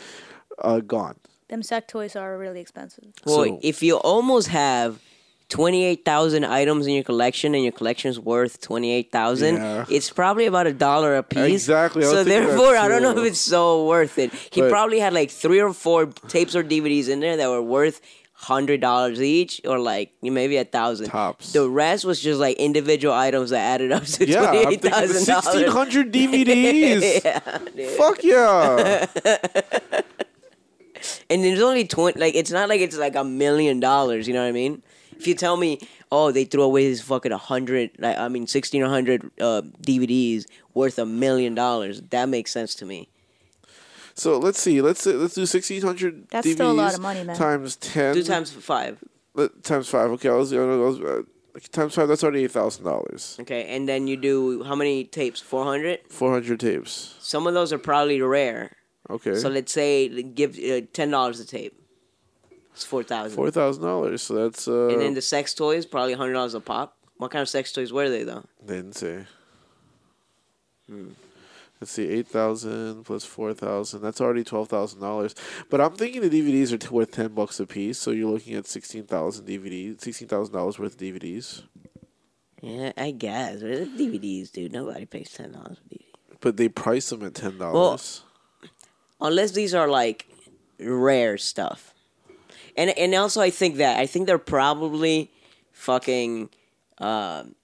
S4: Uh, gone.
S3: Them sack toys are really expensive.
S2: Well,
S4: So-
S2: if you almost have twenty eight thousand items in your collection, and your collection's worth twenty eight thousand,
S4: Yeah.
S2: it's probably about a dollar a piece.
S4: Exactly, I was
S2: So
S4: thinking that
S2: therefore, I don't know
S4: too.
S2: if it's so worth it. He
S4: But-
S2: probably had like three or four tapes or DVDs in there that were worth. Hundred dollars each, or like maybe a thousand.
S4: Tops.
S2: The rest was just like individual items that added up to
S4: Yeah, I'm
S2: twenty eight
S4: thinking the
S2: thousand dollars.
S4: 1,600 DVDs. Fuck yeah.
S2: and there's only twenty. Like it's not like it's like a million dollars. You know what I mean? If you tell me, oh, they threw away this fucking hundred, like, I mean, sixteen hundred uh, DVDs worth a million dollars, that makes sense to me.
S4: So let's see. Let's let's do sixteen hundred.
S3: That's still a lot of money, man.
S4: Times ten.
S2: Two times five,
S4: let- times five. Okay, I was, I was uh, times five. That's already eight thousand dollars.
S2: okay, and then you do how many tapes? Four hundred.
S4: Four hundred tapes.
S2: Some of those are probably rare.
S4: Okay.
S2: So let's say give uh, ten dollars a tape. It's four thousand.
S4: Four thousand dollars. So that's uh.
S2: And then the sex toys, probably hundred dollars a pop. What kind of sex toys were they though?
S4: they didn't say. Hmm. Let's see, eight thousand plus four thousand. That's already twelve thousand dollars. But I'm thinking the DVDs are t- worth ten bucks a piece, so you're looking at sixteen thousand DVD, sixteen thousand dollars worth of DVDs.
S2: Yeah, I guess. But it's DVDs, dude. Nobody pays ten dollars for DVDs.
S4: But they price them at ten dollars.
S2: Unless these are like rare stuff. And and also I think that I think they're probably fucking um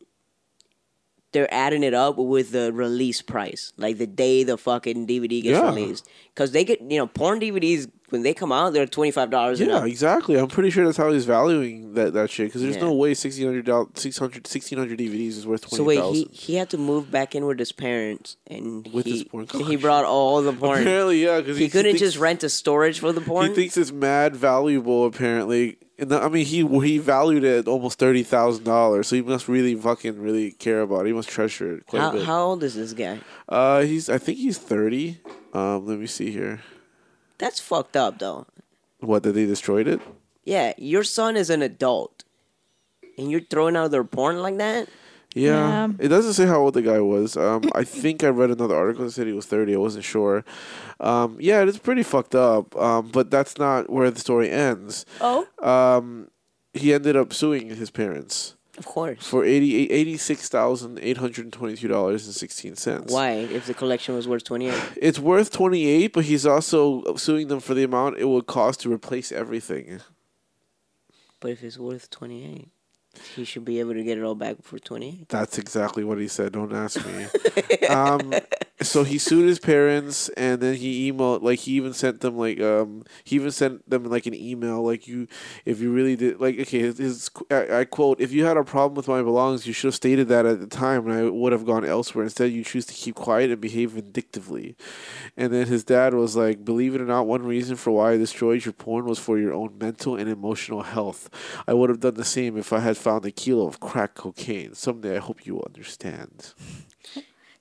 S2: they're adding it up with the release price, like the day the fucking DVD gets
S4: Yeah.
S2: released. Because they get, you know, porn DVDs when they come out, they're twenty five dollars.
S4: yeah, exactly. I'm pretty sure that's how he's valuing that, that shit. Because there's
S2: Yeah.
S4: no way 1600, doll- 600, 1600 DVDs is worth
S2: So
S4: twenty
S2: wait,
S4: thousand.
S2: he, he had to move back in with his parents, and
S4: With
S2: he,
S4: his porn
S2: he
S4: collection.
S2: brought all the porn.
S4: Apparently, yeah, because
S2: he couldn't just rent a storage for the porn.
S4: He thinks it's mad valuable, apparently. And the- I mean, he he valued it at almost thirty thousand dollars, so he must really fucking really care about it. He must treasure it quite a
S2: how,
S4: bit.
S2: how old is this guy?
S4: uh, he's I think he's thirty. Um, let me see here.
S2: That's fucked up, though.
S4: What that they destroyed it?
S2: Yeah, your son is an adult, and you're throwing out their porn like that.
S3: Yeah.
S4: Yeah. it doesn't say how old the guy was. Um, I think I read another article that said he was thirty. I wasn't sure. Um, yeah, it's pretty fucked up. Um, but that's not where the story ends.
S3: Oh,
S4: Um, he ended up suing his parents.
S2: Of course.
S4: for eighty eighty six thousand eight hundred twenty two dollars and sixteen cents.
S2: Why? If the collection was worth twenty eight.
S4: It's worth twenty eight, but he's also suing them for the amount it would cost to replace everything.
S2: But if it's worth twenty eight, he should be able to get it all back for twenty eight.
S4: That's exactly what he said. Don't ask me. um, so he sued his parents, and then he emailed, like he even sent them, like um, he even sent them like an email, like you, if you really did, like okay, his, his I, I quote, if you had a problem with my belongings, you should have stated that at the time, and I would have gone elsewhere. Instead, you choose to keep quiet and behave vindictively. And then his dad was like, believe it or not, one reason for why I destroyed your porn was for your own mental and emotional health. I would have done the same if I had found a kilo of crack cocaine. Someday, I hope you will understand.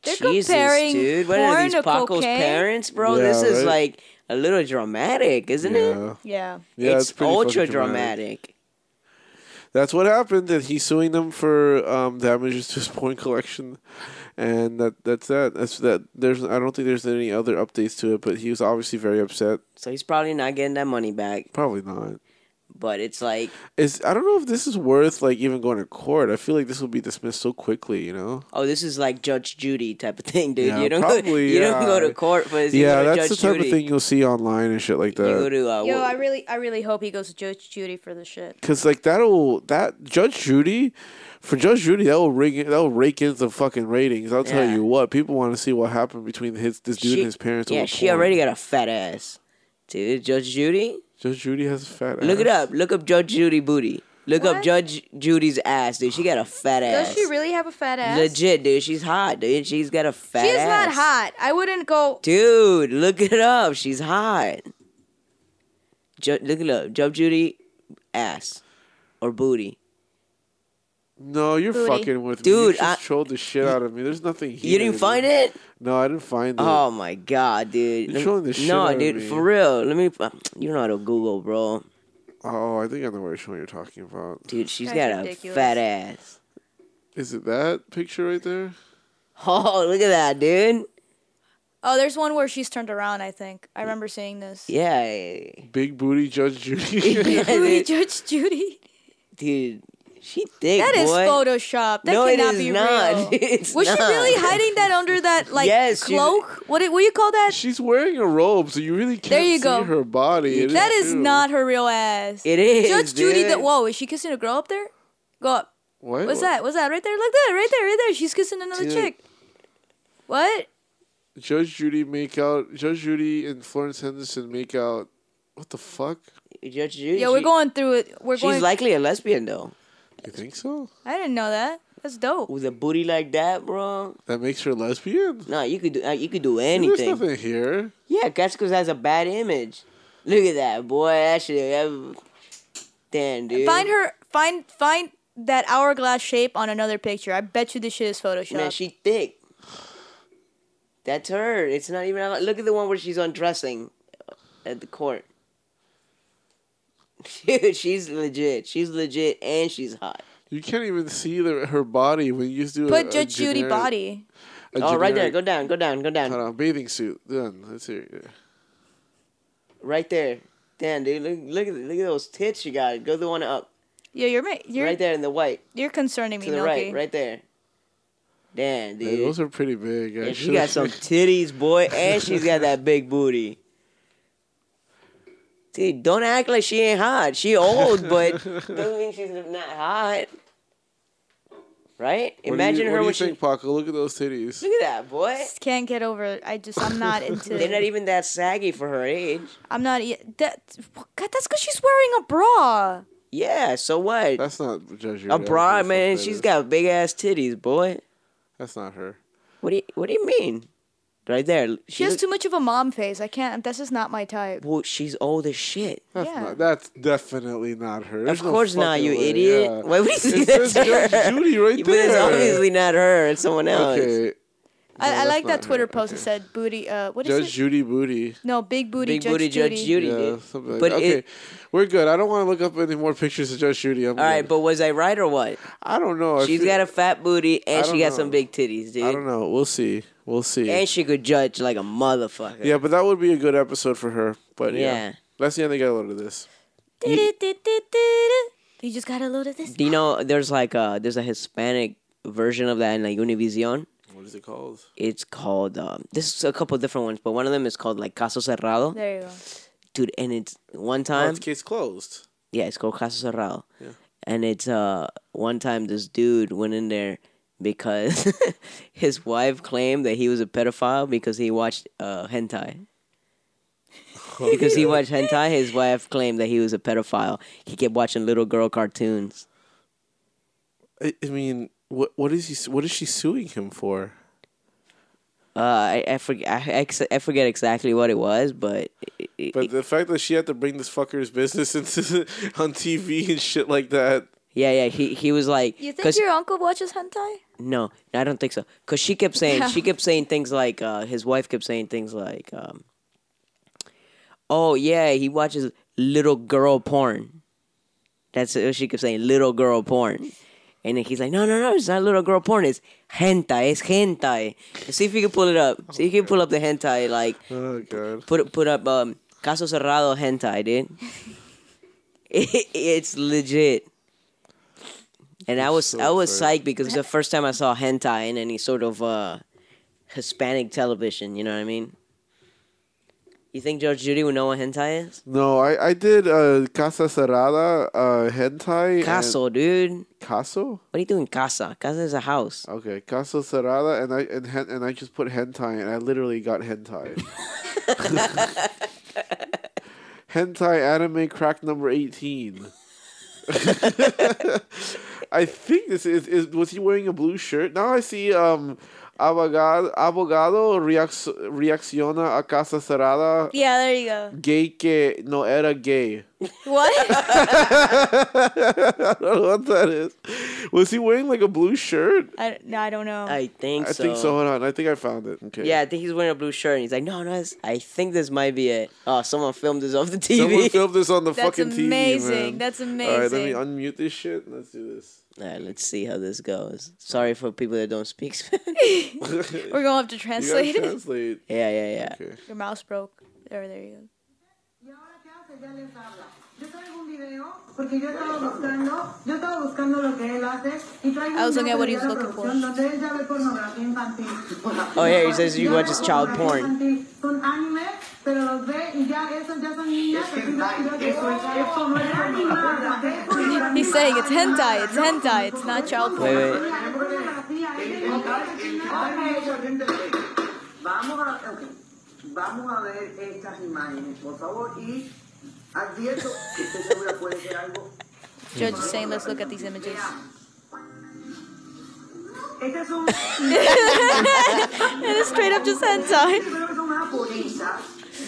S3: They're
S2: Jesus,
S3: comparing
S2: dude. What are
S3: porn
S2: these
S3: to
S2: Paco's
S3: cocaine?
S2: parents, bro?
S4: Yeah,
S2: this is
S4: right?
S2: like a little dramatic, isn't it?
S4: Yeah.
S3: yeah.
S4: Yeah,
S2: it's,
S4: pretty fucking
S2: ultra dramatic.
S4: That's what happened, and he's suing them for um, damages to his porn collection, and that that's that. That's that. There's I don't think there's any other updates to it, but he was obviously very upset.
S2: So he's probably not getting that money back.
S4: Probably not.
S2: But it's like,
S4: Is I don't know if this is worth like even going to court. I feel like this will be dismissed so quickly. You know.
S2: oh, this is like Judge Judy type of thing, dude.
S4: Yeah,
S2: you don't go,
S4: probably,
S2: you don't
S4: yeah.
S2: go to court for this. You
S4: yeah,
S2: go to
S4: that's the
S2: Judge
S4: type
S2: Judy.
S4: of thing you'll see online and shit like
S2: You go
S4: that.
S2: to uh,
S3: Yo,
S2: wo-
S3: I really, I really hope he goes to Judge Judy for this shit.
S4: Cause like that'll that Judge Judy, for Judge Judy that'll ring that'll rake in some fucking ratings. I'll tell
S2: Yeah.
S4: you what, people want to see what happened between his this dude
S2: she-
S4: and his parents.
S2: Yeah,
S4: over
S2: she
S4: porn.
S2: already got a fat ass, dude. Judge Judy,
S4: Judge Judy has a fat ass.
S2: look it up. Look up Judge Judy booty. Look up
S3: What?
S2: Judge Judy's ass, dude. She got a fat ass.
S3: Does she really have a fat ass?
S2: Legit, dude. She's hot, dude. She's got a fat.
S3: She's
S2: ass.
S3: not hot. I wouldn't go.
S2: Dude, look it up. She's hot. Ju- look it up. Jump Judy, ass or booty.
S4: No, you're
S3: Booty.
S4: fucking with me. You
S2: Dude,
S4: just
S2: I-
S4: trolled the shit out of me. There's nothing here.
S2: You didn't
S4: dude.
S2: find it?
S4: No, I didn't find it.
S2: Oh my god, dude.
S4: You're
S2: Lem-
S4: trolling the shit
S2: no,
S4: out of
S2: dude,
S4: me.
S2: for real. Let me. uh, You know how to Google, bro.
S4: Oh, I think I know what you're talking about.
S2: Dude, she's
S3: That's
S2: got a
S3: ridiculous.
S2: fat ass.
S4: Is it that picture right there?
S2: Oh, look at that, dude.
S3: Oh, there's one where she's turned around. I think I remember seeing this.
S2: Yeah,
S4: Big booty Judge Judy.
S3: Judy,
S2: dude.
S3: Judge Judy.
S2: dude. She thick,
S3: That is
S2: boy.
S3: Photoshop. That
S2: No, it
S3: cannot
S2: is
S3: be
S2: not.
S3: real.
S2: It's
S3: Was she
S2: not.
S3: really hiding that under that like
S2: Yes, she-
S3: cloak? What do- what do you call that?
S4: She's wearing a robe, so you really can't
S3: There you
S4: see
S3: go.
S4: her body. It
S3: That is
S4: true.
S3: not her real ass.
S2: It is.
S3: Judge Judy.
S2: dude.
S3: That whoa, is she kissing a girl up there? Go up.
S4: What?
S3: What's that? What's that right there? Look that right there, right there. She's kissing another
S4: Dude.
S3: chick. What?
S4: Judge Judy make out. Judge Judy and Florence Henderson make out What the fuck?
S2: Judge Judy.
S3: Yeah, we're
S2: she-
S3: going through it. We're
S2: She's
S3: going.
S2: likely a lesbian though.
S4: You think so?
S3: I didn't know that. That's dope.
S2: With a booty like that, bro.
S4: That makes her lesbian?
S2: No, you could do. Uh, you could do
S4: There's
S2: anything.
S4: nothing here.
S2: Yeah, Cascos has a bad image. Look at that boy. That shit. that- Damn, dude.
S3: Find her. Find find that hourglass shape on another picture. I bet you this shit is photoshopped.
S2: Man, she thick. That's her. It's not even. Look at the one where she's undressing at the court. Dude, she's legit. She's legit, and she's hot.
S4: You can't even see the, her body when you just do a,
S3: Put
S4: a
S3: Judge Judy
S4: generic-
S3: body.
S4: a
S2: oh, right there.
S4: generic-
S2: Go down. Go down. Go
S4: Hold
S2: down.
S4: on, bathing suit. Done. Let's hear it.
S2: Right there. Damn, dude. Look, look at look at those tits she got. Go the one up.
S3: Yeah, you're ma- you're
S2: Right there in the white.
S3: you're concerning me,
S2: To the
S3: Noki.
S2: right. Right there. Damn, dude.
S4: Hey, those are pretty big. Actually.
S2: And she got some titties, boy, and she's got that big booty. Dude, don't act like she ain't hot. She old, but doesn't mean she's not hot. Right?
S4: What do you-
S2: Imagine
S4: what
S2: her
S4: do you
S2: when she.
S4: think, Paco? Look at those titties.
S2: Look at that, boy.
S3: Just Can't get over. it. I just I'm not into.
S2: They're not e- even that saggy for her age.
S3: I'm not. e- That God, that's because she's wearing a bra.
S2: Yeah, so what?
S4: That's not Judge
S2: A
S4: Judy.
S2: bra,
S4: That's not
S2: man.
S4: that
S2: She's
S4: is.
S2: got big ass titties, boy.
S4: That's not her.
S2: What do you What do you mean? Right there.
S3: She has too much of a mom face. I can't. That's just not my type.
S2: Well, she's old as shit.
S4: That's
S3: Yeah.
S4: not. That's definitely not her. There's
S2: Of
S4: no
S2: course not,
S4: fucking
S2: you
S4: way,
S2: idiot.
S4: yeah.
S2: Why would you say
S4: It
S2: that's
S4: says
S2: her?
S4: Judge Judy right
S2: But it's
S4: there.
S2: obviously not her. It's someone else.
S4: Okay.
S3: I, I
S4: that's
S3: like
S4: not
S3: that
S4: her.
S3: Twitter post that
S4: Okay.
S3: said booty. Uh, what is
S4: Judge
S3: it?
S4: Judy Booty.
S3: no, big booty.
S2: Big
S3: Judge
S2: booty Judge
S3: Judy.
S2: Judy,
S4: Yeah,
S2: dude.
S4: something like
S2: But
S4: that. Okay,
S2: it-
S4: we're good. I don't want to look up any more pictures of Judge Judy. I'm
S2: All right,
S4: good.
S2: but was I right or what?
S4: I don't know. I
S2: She's
S4: feel-
S2: got a fat booty and
S4: I
S2: she
S4: don't
S2: got
S4: know.
S2: some big titties, dude.
S4: I don't know. We'll see. We'll see.
S2: And she could judge like a motherfucker.
S4: yeah, but that would be a good episode for her. But yeah,
S2: Yeah.
S4: that's the end. They got a load of this.
S3: Du-du-du-du-du-du. You just got a load of this.
S2: Do you know there's like a there's a Hispanic version of that in like Univision?
S4: What is it called?
S2: It's called um, this is a couple different ones, but one of them is called like Caso Cerrado,
S3: There you go.
S2: dude. And it's one
S4: Oh,
S2: time,
S4: it's case closed.
S2: yeah, it's called Caso Cerrado, and it's uh one time this dude went in there because his wife claimed that he was a pedophile because he watched uh hentai. because he watched hentai, his wife claimed that he was a pedophile. He kept watching little girl cartoons.
S4: I, I mean, what what is he? What is she suing him for?
S2: Uh, I I forget I, ex- I forget exactly what it was, but it, it-
S4: But the fact that she had to bring this fucker's business into on TV and shit like that.
S2: yeah, yeah, he he was like,
S3: You think
S2: 'cause-
S3: your uncle watches hentai?
S2: no, I don't think so, because she kept saying she kept saying things like uh, his wife kept saying things like, um, oh yeah, he watches little girl porn. That's what she kept saying, little girl porn. And then he's like, no, no, no, it's not little girl porn. It's hentai. It's hentai. See if you can pull it up. See if you can pull up the hentai. Like,
S4: Oh god.
S2: put put up um Caso Cerrado hentai, dude. It- it's legit. And I was
S4: so
S2: I was
S4: funny.
S2: psyched because it was the first time I saw hentai in any sort of uh Hispanic television, you know what I mean? You think Judge Judy would know what hentai is?
S4: No, I I did uh, Casa Cerrada uh, hentai. and-
S2: Caso, dude.
S4: Caso.
S2: What are you doing casa? Casa is a house.
S4: Okay, Casa Cerrada, and I and hen- and I just put hentai, and I literally got hentai. hentai anime crack number eighteen. I think this is, is was he wearing a blue shirt? Now I see um abogado, abogado reac- reacciona a casa cerrada
S3: Yeah, there you go.
S4: gay que no era gay.
S3: What?
S4: I don't know what that is. Was he wearing like a blue shirt?
S3: I, no, I don't know.
S2: I think
S4: I
S2: so.
S4: think so. Hold on, I think I found it. Okay.
S2: Yeah, I think he's wearing a blue shirt and he's like, No, no, it's- I think this might be it. Oh, someone filmed this off the TV.
S4: Someone filmed this on the
S3: That's
S4: fucking TV.
S3: amazing.
S4: man.
S3: That's
S4: All right, let me
S3: amazing.
S4: unmute this shit. and Let's do this.
S2: All right, let's see how this goes. Sorry for people that don't speak Spanish.
S3: We're gonna have to
S4: You gotta
S3: translate it.
S4: translate.
S2: yeah, yeah, yeah.
S4: Okay.
S3: Your mouse broke. There, there you
S6: ¿Y ahora qué hace? Ya les habla. Yo traigo un video porque yo estaba buscando, yo estaba buscando lo que él hace y traigo
S3: I was
S6: un
S3: looking at
S6: video
S3: what
S6: de
S3: he was
S6: la
S3: looking for.
S6: producción donde él ya ve pornografía infantil.
S2: Oh, yeah, he says he
S6: Ya ve
S2: watches child
S6: pornografía
S2: porn.
S6: infantil Con anime, pero los ve y ya esos ya son niñas que sí los videos que eso no es animada, eso no es
S3: go. He's saying it's hentai. It's hentai. It's not child
S2: Wait,
S3: porn.
S2: wait.
S6: animada, es pornografía, es pornografía.
S7: Vamos a, ok, vamos a ver estas imágenes, por favor, y
S6: Advierto que estoy segura puede ser algo.
S3: Judge is saying, let's look at these images.
S6: Este es un.
S3: And it's straight up just hentai.
S6: Yo creo que son japonesas.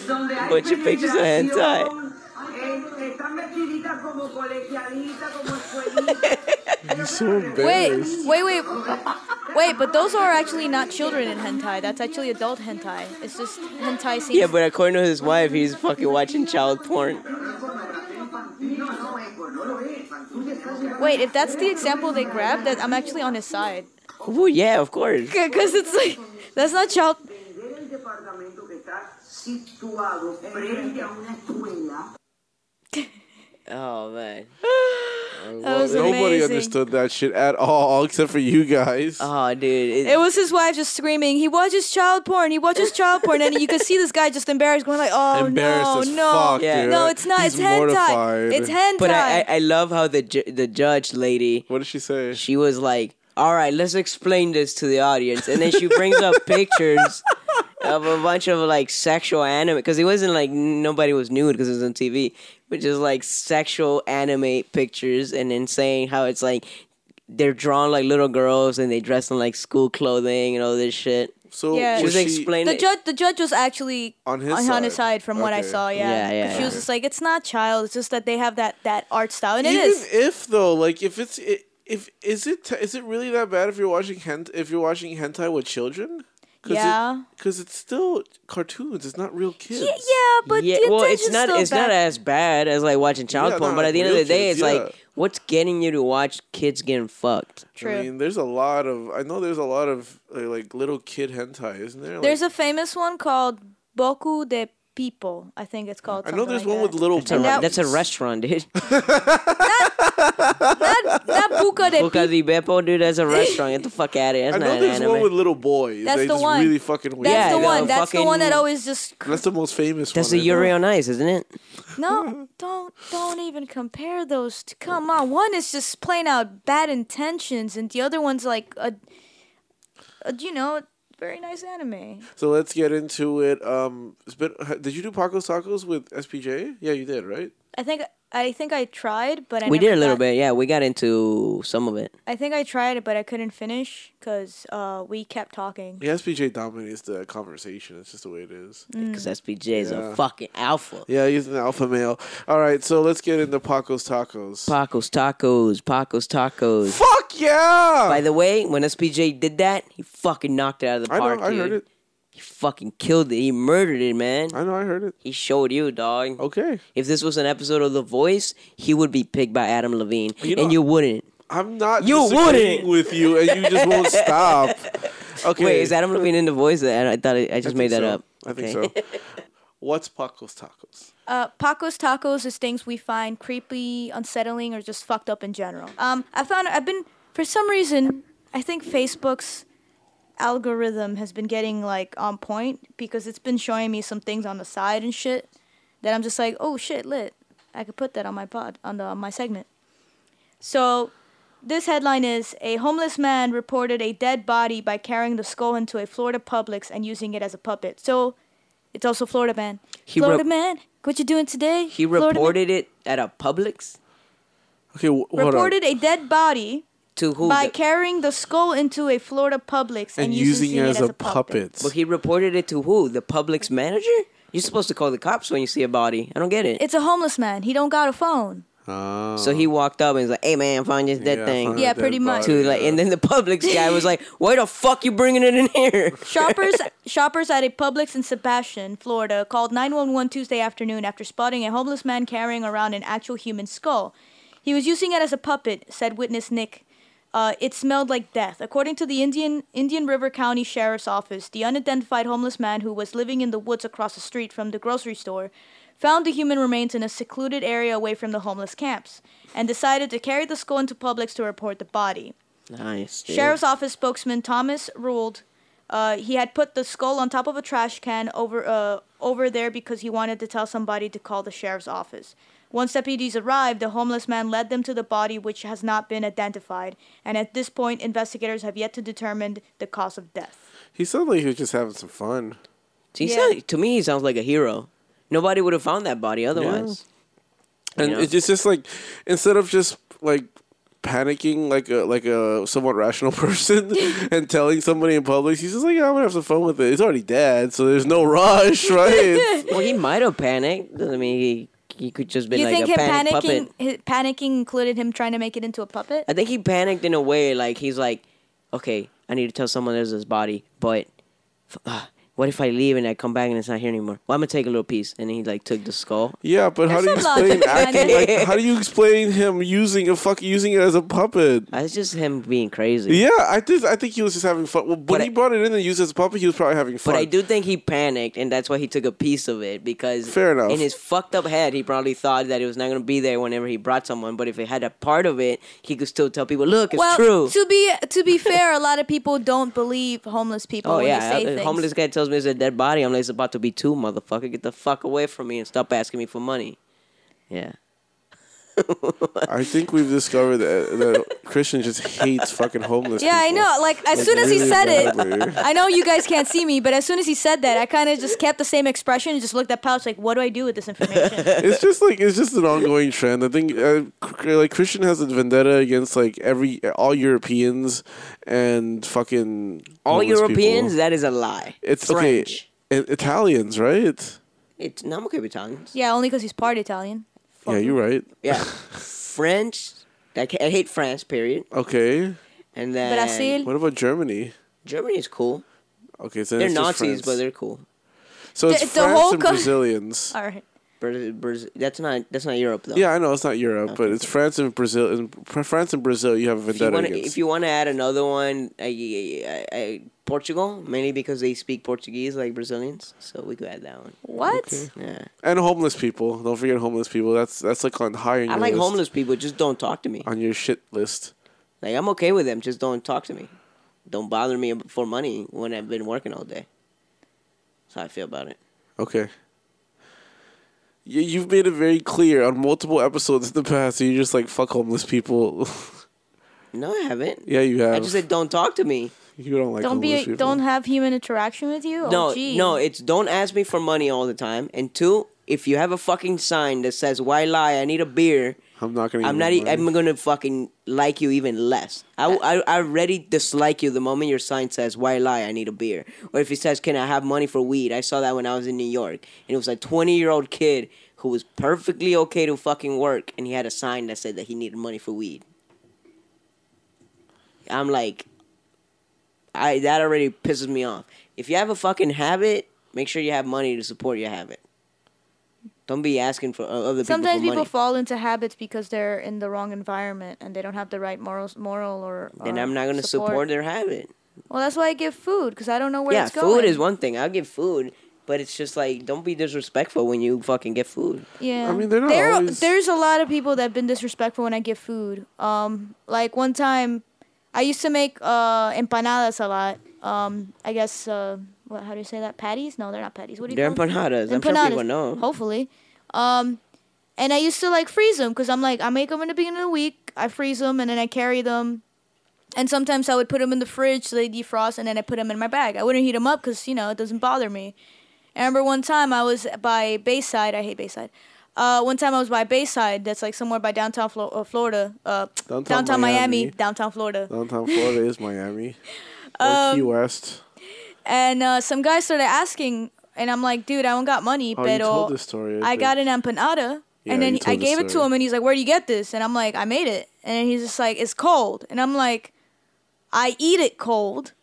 S6: Donde hay
S2: Bunch of pictures of hentai.
S6: Eh, están vestiditas como colegiaditas, como escuelitas.
S4: He's so
S3: Wait,
S4: embarrassed.
S3: wait, wait. Wait, but those are actually not children in hentai. That's actually adult hentai. It's just hentai scenes.
S2: Yeah, but according to his wife, he's fucking watching child porn.
S3: Wait, if that's the example they grabbed, then I'm actually on his side.
S2: Well, yeah, of course.
S3: Because it's like, that's not child.
S6: Vender el departamento que está situado frente a una escuela.
S2: Oh man.
S3: That was
S4: Nobody
S3: amazing. Uh,
S4: understood that shit at all except for you guys.
S2: Oh dude.
S3: It was his wife just screaming, he watches child porn, he watches child porn. And you could see this guy just embarrassed, going like, oh,
S4: Embarrassed
S3: no,
S4: as
S3: no.
S4: fuck,
S2: Yeah.
S4: dude.
S3: No, it's not.
S4: He's
S3: it's hentai.
S4: mortified.
S3: It's hentai.
S2: but I, I I love how the ju- the judge lady
S4: What did she say?
S2: she was like, "All right, let's explain this to the audience," and then she brings up pictures of a bunch of like sexual anime because it wasn't like nobody was nude because it was on TV, but just like sexual anime pictures, and then saying how it's like. They're drawn like little girls, and they dress in like school clothing and all this shit.
S4: So
S3: Yeah.
S2: She
S4: was
S2: was
S4: she
S2: explaining
S3: the
S2: it.
S3: judge, the judge was actually
S4: On his side.
S3: side from what I
S4: Okay.
S3: saw. Yeah,
S2: Yeah, yeah,
S3: She was
S2: yeah.
S3: just like, it's not child. It's just that they have that that art style, and it
S4: Even
S3: is.
S4: if though, like if it's i if is it t- is it really that bad if you're watching hent- if you're watching hentai with children? Cause
S3: Yeah.
S4: because it's still cartoons. It's not real kids.
S3: Yeah, yeah, but
S2: yeah,
S3: the
S2: well, it's
S3: intention's
S2: not
S3: still
S2: it's not
S3: bad.
S2: as bad as like watching child
S4: Yeah,
S2: porn,
S4: no,
S2: but at the end of
S4: real
S2: the day,
S4: kids,
S2: it's
S4: yeah.
S2: like what's getting you to watch kids getting fucked?
S3: True.
S4: I mean, there's a lot of I know there's a lot of uh, like little kid hentai, isn't there? Like,
S3: There's a famous one called Boku de People. I think it's called.
S4: I
S3: something
S4: know there's
S3: like
S4: one
S3: that.
S4: with little
S2: That's a,
S3: that-
S2: that's a restaurant, dude.
S3: not, not Buca de
S2: Boca
S3: People.
S2: de Beppo, dude, that's a restaurant. Get the fuck out of here.
S4: I
S2: That's
S4: know
S2: not an
S4: there's
S2: anime.
S4: one with little boys.
S3: That's
S4: they
S3: the
S4: just
S3: one.
S4: really fucking weird.
S3: That's
S2: Yeah,
S3: the
S2: the
S3: one. That's the one that
S2: fucking-
S3: always just
S4: That's the most famous.
S2: that's
S4: one.
S2: the
S4: I know.
S2: Yuri on Ice, isn't it?
S3: No, don't don't even compare those. Two. Come on, one is just plain out bad intentions, and the other one's like a, a you know, very nice anime.
S4: So let's get into it. Um, it's been, ha- did you do Paco's Tacos with SPJ? Yeah, you did, right?
S3: I think I think I tried, but I
S2: we
S3: never
S2: did a little
S3: got-
S2: bit, yeah. We got into some of it.
S3: I think I tried it, but I couldn't finish because uh, we kept talking.
S4: Yeah, SPJ dominates the conversation. It's just the way it is.
S3: Mm.
S2: Because SPJ is a fucking alpha.
S4: Yeah, he's an alpha male. All right, so let's get into Paco's Tacos.
S2: Paco's tacos, Paco's tacos.
S4: Fuck yeah!
S2: By the way, when SPJ did that, he fucking knocked it out of the
S4: I know,
S2: park.
S4: I heard
S2: dude.
S4: it.
S2: He fucking killed it. He murdered it, man.
S4: I know, I heard it.
S2: He showed you, dog.
S4: Okay,
S2: If this was an episode of The Voice, he would be picked by Adam Levine,
S4: You know-
S2: and you wouldn't.
S4: I'm not
S2: You
S4: disagreeing
S2: wouldn't.
S4: with you, and you just won't stop. Okay,
S2: Wait, is Adam Levine in The Voice? I, I thought I, I
S4: I
S2: just
S4: think
S2: made that
S4: so.
S2: up.
S4: I think
S2: Okay.
S4: so. What's Paco's Tacos?
S3: Uh, Paco's tacos is things we find creepy, unsettling, or just fucked up in general. Um, I found I've been for some reason I think Facebook's algorithm has been getting like on point because it's been showing me some things on the side and shit that I'm just like, oh shit, lit. I could put that on my pod on the on my segment. So this headline is a homeless man reported a dead body by carrying the skull into a Florida Publix and using it as a puppet. So it's also Florida man.
S2: He
S3: Florida
S2: rep-
S3: man, what you doing today?
S2: He
S3: Florida man?"
S2: reported it at a Publix
S4: Okay, wh- hold on.
S3: reported a dead body
S2: to who?
S3: by
S2: The-
S3: carrying the skull into a Florida Publix and,
S4: and using it as a
S3: puppet.
S4: puppet.
S2: but he reported it to who? The Publix manager? You're supposed to call the cops when you see a body. I don't get it.
S3: It's a homeless man. He don't got a phone.
S4: Ah.
S2: so he walked up and was like, "Hey man, find this dead
S4: Yeah,
S2: thing."
S4: found
S3: Yeah,
S4: a dead
S3: pretty much.
S2: To
S4: body,
S2: like,
S4: yeah.
S2: and then the Publix guy was like, "Why the fuck you bringing it in here?"
S3: Shoppers shoppers at a Publix in Sebastian, Florida, called 911 Tuesday afternoon after spotting a homeless man carrying around an actual human skull. He was using it as a puppet, said witness Nick. Uh, it smelled like death. According to the Indian Indian River County Sheriff's Office, the unidentified homeless man who was living in the woods across the street from the grocery store found the human remains in a secluded area away from the homeless camps and decided to carry the skull into Publix to report the body.
S2: nice. dude.
S3: Sheriff's Office spokesman Thomas ruled uh, he had put the skull on top of a trash can over uh, over there because he wanted to tell somebody to call the sheriff's office. Once deputies arrived, the homeless man led them to the body, which has not been identified, and at this point, investigators have yet to determine the cause of death.
S4: He sounded like he was just having some fun.
S2: He
S3: Yeah.
S2: sound- to me, he sounds like a hero. Nobody would have found that body otherwise.
S4: and
S2: know?
S4: it's just, just like instead of just like panicking like a like a somewhat rational person and telling somebody in public, he's just like, yeah, I'm gonna have some fun with it. It's already dead, so there's no rush, right? It's-
S2: Well, he might have panicked. I mean, he he could just been
S3: you
S2: like
S3: think
S2: a
S3: him
S2: panic
S3: panicking,
S2: puppet.
S3: his panicking included him trying to make it into a puppet?
S2: I think he panicked in a way like he's like, okay, I need to tell someone there's this body, but f- ah, what if I leave and I come back and it's not here anymore? Well, I'm gonna take a little piece, and he like took the skull.
S4: yeah, but how do you
S3: There's a lot
S4: explain
S3: to
S4: acting
S3: panic.
S4: like how do you explain him using a fuck using it as a puppet?
S2: That's just him being crazy.
S4: Yeah, I think I think he was just having fun. Well, when
S2: But
S4: he
S2: I-
S4: brought it in and used it as a puppet, he was probably having fun.
S2: But I do think he panicked, and that's why he took a piece of it because
S4: Fair enough.
S2: in his fucked up head, he probably thought that it was not going to be there whenever he brought someone. But if it had a part of it, he could still tell people, "Look, it's
S3: well,
S2: true."
S3: to be to be fair, a lot of people don't believe homeless people
S2: Oh
S3: when
S2: yeah,
S3: they say
S2: the
S3: things.
S2: homeless guy tells me it's a dead body. I'm like, it's about to be two, motherfucker. Get the fuck away from me and stop asking me for money. Yeah,
S4: I think we've discovered that, that Christian just hates fucking homeless.
S3: yeah, I
S4: people.
S3: know. Like as
S4: Like,
S3: soon as he
S4: really
S3: said
S4: badly.
S3: it, I know you guys can't see me, but as soon as he said that, I kind of just kept the same expression and just looked at Pouch like, "What do I do with this information?"
S4: it's just like it's just an ongoing trend. I think uh, cr- like Christian has a vendetta against like every all Europeans and fucking
S2: all
S4: homeless people.
S2: Europeans. That is a lie.
S4: It's
S2: French.
S4: okay. I- Italians, right?
S2: It's no, I'm okay with Italians.
S3: yeah, only because he's part Italian.
S4: Yeah, you're right.
S2: Yeah, French. I, ca- I hate France. Period.
S4: Okay.
S2: And then
S3: Brazil.
S4: What about Germany?
S2: Germany is cool.
S4: Okay, so
S2: They're
S4: it's just
S2: Nazis,
S4: France.
S2: but they're cool.
S4: so it's
S3: The- the
S4: France
S3: whole
S4: and
S3: co-
S4: Brazilians.
S3: All right.
S2: Bra- Braz- that's not that's not Europe though.
S4: Yeah, I know it's not Europe, but it's France and Brazil. And Pr- France and Brazil, you have a
S2: If you
S4: vendetta
S2: wanna-
S4: against.
S2: If you want to add another one, I, I, I, Portugal mainly because they speak Portuguese like Brazilians, so we could add that one.
S3: What?
S2: Yeah.
S4: and homeless people. Don't forget homeless people. That's that's like on high. on
S2: I
S4: your
S2: like
S4: list-
S2: homeless people. Just don't talk to me.
S4: on your shit list.
S2: Like I'm okay with them. Just don't talk to me. Don't bother me for money when I've been working all day. That's how I feel about it.
S4: Okay. You, you've made it very clear on multiple episodes in the past. that You're just like fuck homeless people.
S2: No, I haven't.
S4: yeah, you have.
S2: I just said don't talk to me.
S4: you don't like
S3: Don't
S4: homeless
S3: be.
S4: people.
S3: Don't have human interaction with you.
S2: no,
S3: oh, gee.
S2: no. It's don't ask me for money all the time. And two, if you have a fucking sign that says "Why lie? I need a beer,"
S4: I'm not gonna.
S2: I'm
S4: give
S2: not.
S4: you
S2: e-
S4: money.
S2: I'm gonna fucking like you even less. I, I, I already dislike you the moment your sign says "Why lie? I need a beer," or if it says "Can I have money for weed?" I saw that when I was in New York, and it was a 20 year old kid who was perfectly okay to fucking work, and he had a sign that said that he needed money for weed. I'm like, I that already pisses me off. If you have a fucking habit, make sure you have money to support your habit. Don't be asking for uh, other people.
S3: Sometimes
S2: for
S3: people
S2: money.
S3: fall into habits because they're in the wrong environment and they don't have the right morals, moral or.
S2: then
S3: or
S2: I'm not gonna support, their habit.
S3: Well, that's why I give food because I don't know where
S2: yeah,
S3: it's going.
S2: food is one thing. I'll give food, but it's just like don't be disrespectful when you fucking get food.
S3: Yeah.
S4: I mean, they're not
S3: There-
S4: always-
S3: There's a lot of people that have been disrespectful when I give food. Um, like one time, I used to make uh empanadas a lot. Um, I guess uh, what? How do you say that? Patties? No, they're not patties. What do you?
S2: They're
S3: call 'em?
S2: empanadas. I'm sure
S3: Empanadas,
S2: people know.
S3: Hopefully, um, and I used to like freeze them because I'm like I make them in the beginning of the week. I freeze them and then I carry them. And sometimes I would put them in the fridge so they defrost, and then I put them in my bag. I wouldn't heat them up because you know it doesn't bother me. I remember one time I was by Bayside. I hate Bayside. Uh, one time I was by Bayside. That's like somewhere by downtown Flo- uh, Florida. Uh,
S4: Downtown
S3: downtown, Miami.
S4: Miami.
S3: Downtown Florida.
S4: Downtown Florida is Miami. Or Key
S2: Um,
S4: West.
S3: And uh, some guy started asking, and I'm like, dude, I don't got money,
S4: Oh, you
S3: pero
S4: told this story.
S3: I got
S4: think.
S3: an empanada.
S4: Yeah,
S3: and then
S4: you
S3: he- I
S4: told the
S3: gave it to
S4: story.
S3: him, and he's like, "Where do you get this?" And I'm like, "I made it." And then he's just like, "It's cold." And I'm like, "I eat it cold."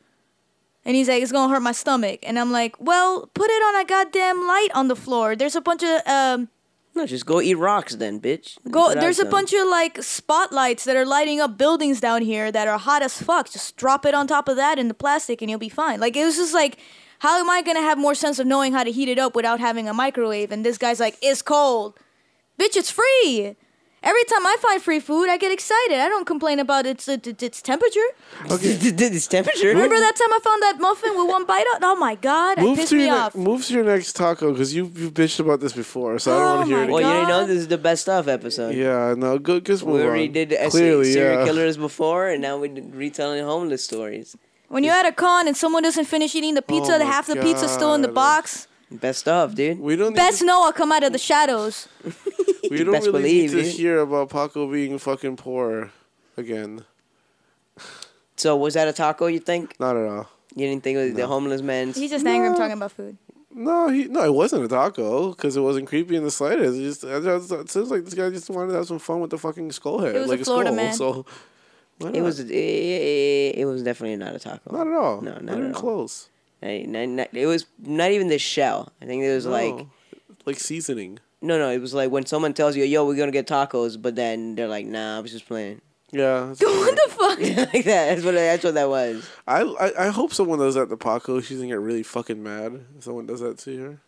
S3: And he's like, "It's gonna hurt my stomach." And I'm like, "Well, put it on a goddamn light on the floor. There's a bunch of um,
S2: No, just go eat rocks then, bitch. That's
S3: Go,
S2: what I
S3: there's a
S2: done.
S3: bunch of like spotlights that are lighting up buildings down here that are hot as fuck. Just drop it on top of that in the plastic and you'll be fine. Like it was just like, how am I gonna have more sense of knowing how to heat it up without having a microwave? And this guy's like, it's cold, bitch. It's free. Every time I find free food, I get excited. I don't complain about its its, its temperature.
S2: this temperature.
S3: Remember that time I found that muffin with one bite on? Oh my god, it
S4: Move
S3: pissed
S4: to
S3: me
S4: your ne-
S3: off.
S4: move to your next taco because you you bitched about this before, so I don't
S3: Oh
S4: want to hear
S3: my
S4: it.
S2: Well, you
S4: again.
S2: didn't know
S3: God.
S2: this is the best stuff episode.
S4: Yeah, no, good. Just move
S2: We already
S4: on.
S2: did the S-
S4: Clearly,
S2: serial
S4: yeah.
S2: killers before, and now we're retelling homeless stories.
S3: When you're at a con and someone doesn't finish eating the pizza,
S4: Oh
S3: the
S4: my
S3: half the pizza's still in the
S4: God.
S3: box.
S2: Best stuff, dude.
S4: We don't. need
S3: Best
S4: to-
S3: Noah come out of the shadows.
S4: We don't
S2: best
S4: really
S2: believe.
S4: need to
S2: dude.
S4: hear about Paco being fucking poor again.
S2: So was that a taco? You think?
S4: Not at all.
S2: You didn't think it was the homeless man's?
S3: He's just angry. I'm talking about food.
S4: No, he no, it wasn't a taco because it wasn't creepy in the slightest. It just, it just- it seems like this guy just wanted to have some fun with the fucking skull head,
S3: It was a
S4: like a,
S3: Florida
S4: skull.
S3: man.
S4: So why
S2: It
S4: not?
S2: was. It, it, it was definitely not a taco.
S4: not at all.
S2: No, not
S4: even
S2: at all.
S4: close.
S2: Not- not- not- it was not even the shell. I think it was like.
S4: No. like seasoning.
S2: No, no, it was like when someone tells you, "Yo, we're gonna get tacos," but then they're like, "Nah, I was just playing."
S4: Yeah,
S3: what the fuck?
S2: like that. That's what. That's what that was.
S4: I, I I hope someone does that to Paco. She's gonna get really fucking mad if someone does that to her.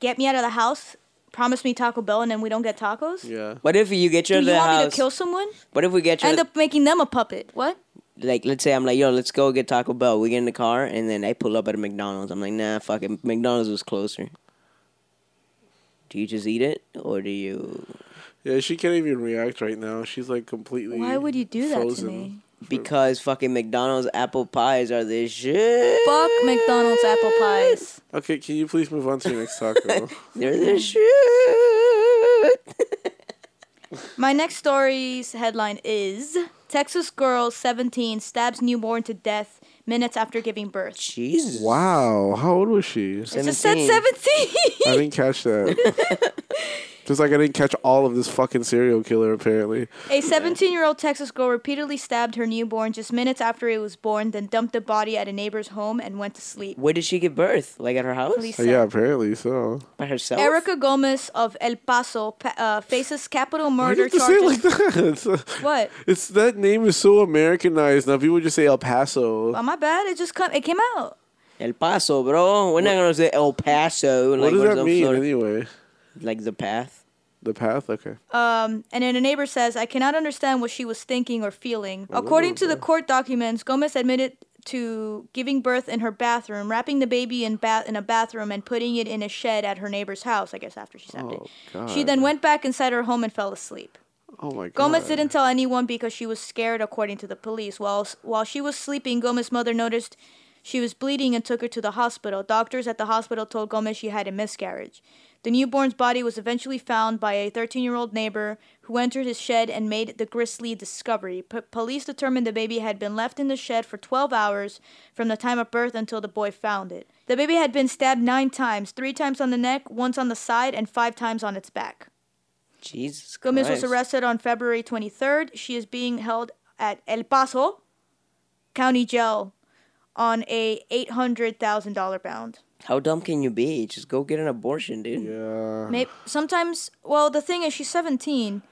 S3: Get me out of the house. Promise me Taco Bell, and then we don't get tacos.
S4: Yeah.
S2: What if you get your
S3: Do you want me to
S2: house?
S3: kill someone?
S2: what if we get your
S3: End up making them a puppet. What?
S2: like? Let's say I'm like, "Yo, let's go get Taco Bell." We get in the car, and then I pull up at a McDonald's. I'm like, "Nah, fucking McDonald's was closer." Do you just eat it, or do you?
S4: Yeah, she can't even react right now. She's like completely.
S3: Why would you do that to
S4: frozen.
S3: me?
S2: Because fucking McDonald's apple pies are this shit.
S3: Fuck McDonald's apple pies.
S4: Okay, can you please move on to your next taco?
S2: They're this shit.
S3: My next story's headline is Texas girl 17 stabs newborn to death minutes after giving birth.
S2: Jesus.
S4: wow, how old was she?
S3: It just said 17.
S4: I didn't catch that. Just like I didn't catch all of this fucking serial killer apparently. Uh,
S3: A 17 year old Texas girl repeatedly stabbed her newborn just minutes after it was born, then dumped the body at a neighbor's home and went to sleep.
S2: Where did she give birth? Like at her house?
S3: Police-
S4: Oh, yeah, apparently so.
S2: By herself?
S3: Erica Gomez of El Paso pa- uh, faces capital
S4: Why
S3: murder
S4: did you say it
S3: charges.
S4: like that? uh,
S3: What?
S4: It's that name is so Americanized now. People just say El Paso.
S3: Oh, my bad. It just come. It came out.
S2: El Paso, bro. We're not gonna say El Paso.
S4: what
S2: Like,
S4: does
S2: we're
S4: that
S2: some
S4: mean
S2: sort of-
S4: anyway?
S2: Like the path.
S4: The path. Okay.
S3: Um, and then a neighbor says, I cannot understand what she was thinking or feeling. According to the court documents, Gomez admitted to giving birth in her bathroom, wrapping the baby in bath in a bathroom, and putting it in a shed at her neighbor's house. I guess after she stabbed
S4: Oh,
S3: it,
S4: God.
S3: she then went back inside her home and fell asleep.
S4: Oh my god.
S3: Gomez didn't tell anyone because she was scared, according to the police. While while she was sleeping, Gomez's mother noticed she was bleeding and took her to the hospital. Doctors at the hospital told Gomez she had a miscarriage. The newborn's body was eventually found by a 13-year-old neighbor who entered his shed and made the grisly discovery. P- police determined the baby had been left in the shed for 12 hours from the time of birth until the boy found it. The baby had been stabbed nine times, three times on the neck, once on the side, and five times on its back.
S2: Jesus
S3: Gomez
S2: Christ.
S3: was arrested on February 23rd. She is being held at El Paso County Jail on a $800,000 bound.
S2: How dumb can you be? Just go get an abortion, dude.
S4: Yeah.
S3: Maybe sometimes, well, the thing is she's 17.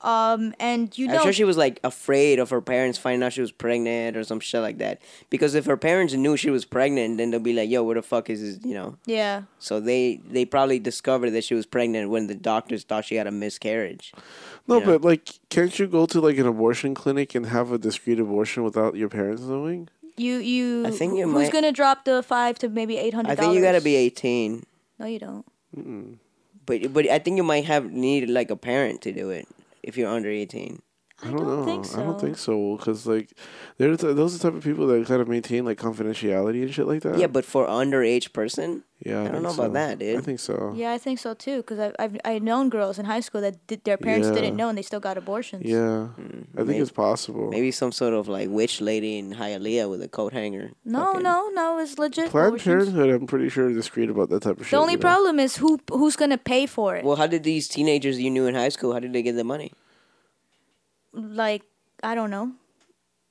S3: Um and you
S2: I'm
S3: know
S2: sure she was like afraid of her parents finding out she was pregnant or some shit like that. Because if her parents knew she was pregnant, then they'll be like, "Yo, where the fuck is this?" You know.
S3: yeah.
S2: So they they probably discovered that she was pregnant when the doctors thought she had a miscarriage.
S4: No,
S2: Yeah.
S4: but like, can't you go to like an abortion clinic and have a discreet abortion without your parents knowing?
S3: You you
S2: I think you
S3: who's
S2: might-
S3: going to drop the 5 to maybe 800
S2: I think you gotta be 18,
S3: No, you don't.
S2: but but I think you might have need like a parent to do it if you're under 18.
S3: I, don't,
S4: know.
S3: think so.
S4: Oh, I don't think so. Because like, they're the, those are the type of people that kind of maintain like confidentiality and shit like that.
S2: Yeah, but for underage person,
S4: yeah,
S2: I don't
S4: think
S2: know
S4: so.
S2: about that, dude.
S4: I think so.
S3: Yeah, I think so too cuz I I've I've known girls in high school that did, their parents
S4: Yeah.
S3: didn't know and they still got abortions.
S4: Yeah, I think
S2: maybe-
S4: it's possible.
S2: Hmm, Maybe some sort of like witch lady in Hialeah with a coat hanger.
S3: No,
S2: Fucking-
S3: no, no, it's legit.
S4: Planned
S3: abortions.
S4: Parenthood, I'm pretty sure is discreet about that type of shit.
S3: The only
S4: you know?
S3: problem is who who's gonna pay for it.
S2: Well, how did these teenagers you knew in high school? How did they get the money?
S3: like I don't know.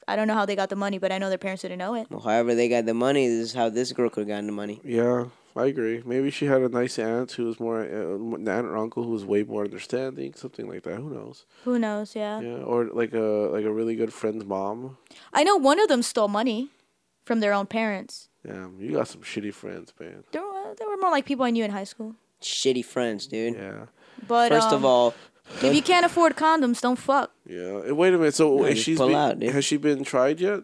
S3: I don't know how they got the money, but I know their parents didn't know it.
S2: Well, however they got the money, this is how this girl could have gotten the money.
S4: Yeah, I agree. Maybe she had a nice aunt who was more uh, an aunt or uncle who was way more understanding, something like that. Who knows?
S3: Who knows? Yeah.
S4: Yeah, or like a like a really good friend's mom.
S3: I know one of them stole money from their own parents.
S4: Damn, you got some shitty friends, man.
S3: There were there were more like people I knew in high school.
S2: Shitty friends, dude.
S4: Yeah,
S3: But
S2: First
S3: um,
S2: of all,
S3: if you can't afford condoms, don't fuck.
S4: yeah. And wait a minute. So
S2: No,
S4: is
S2: just
S4: she's
S2: pull
S4: been-
S2: out, dude.
S4: has she been tried yet?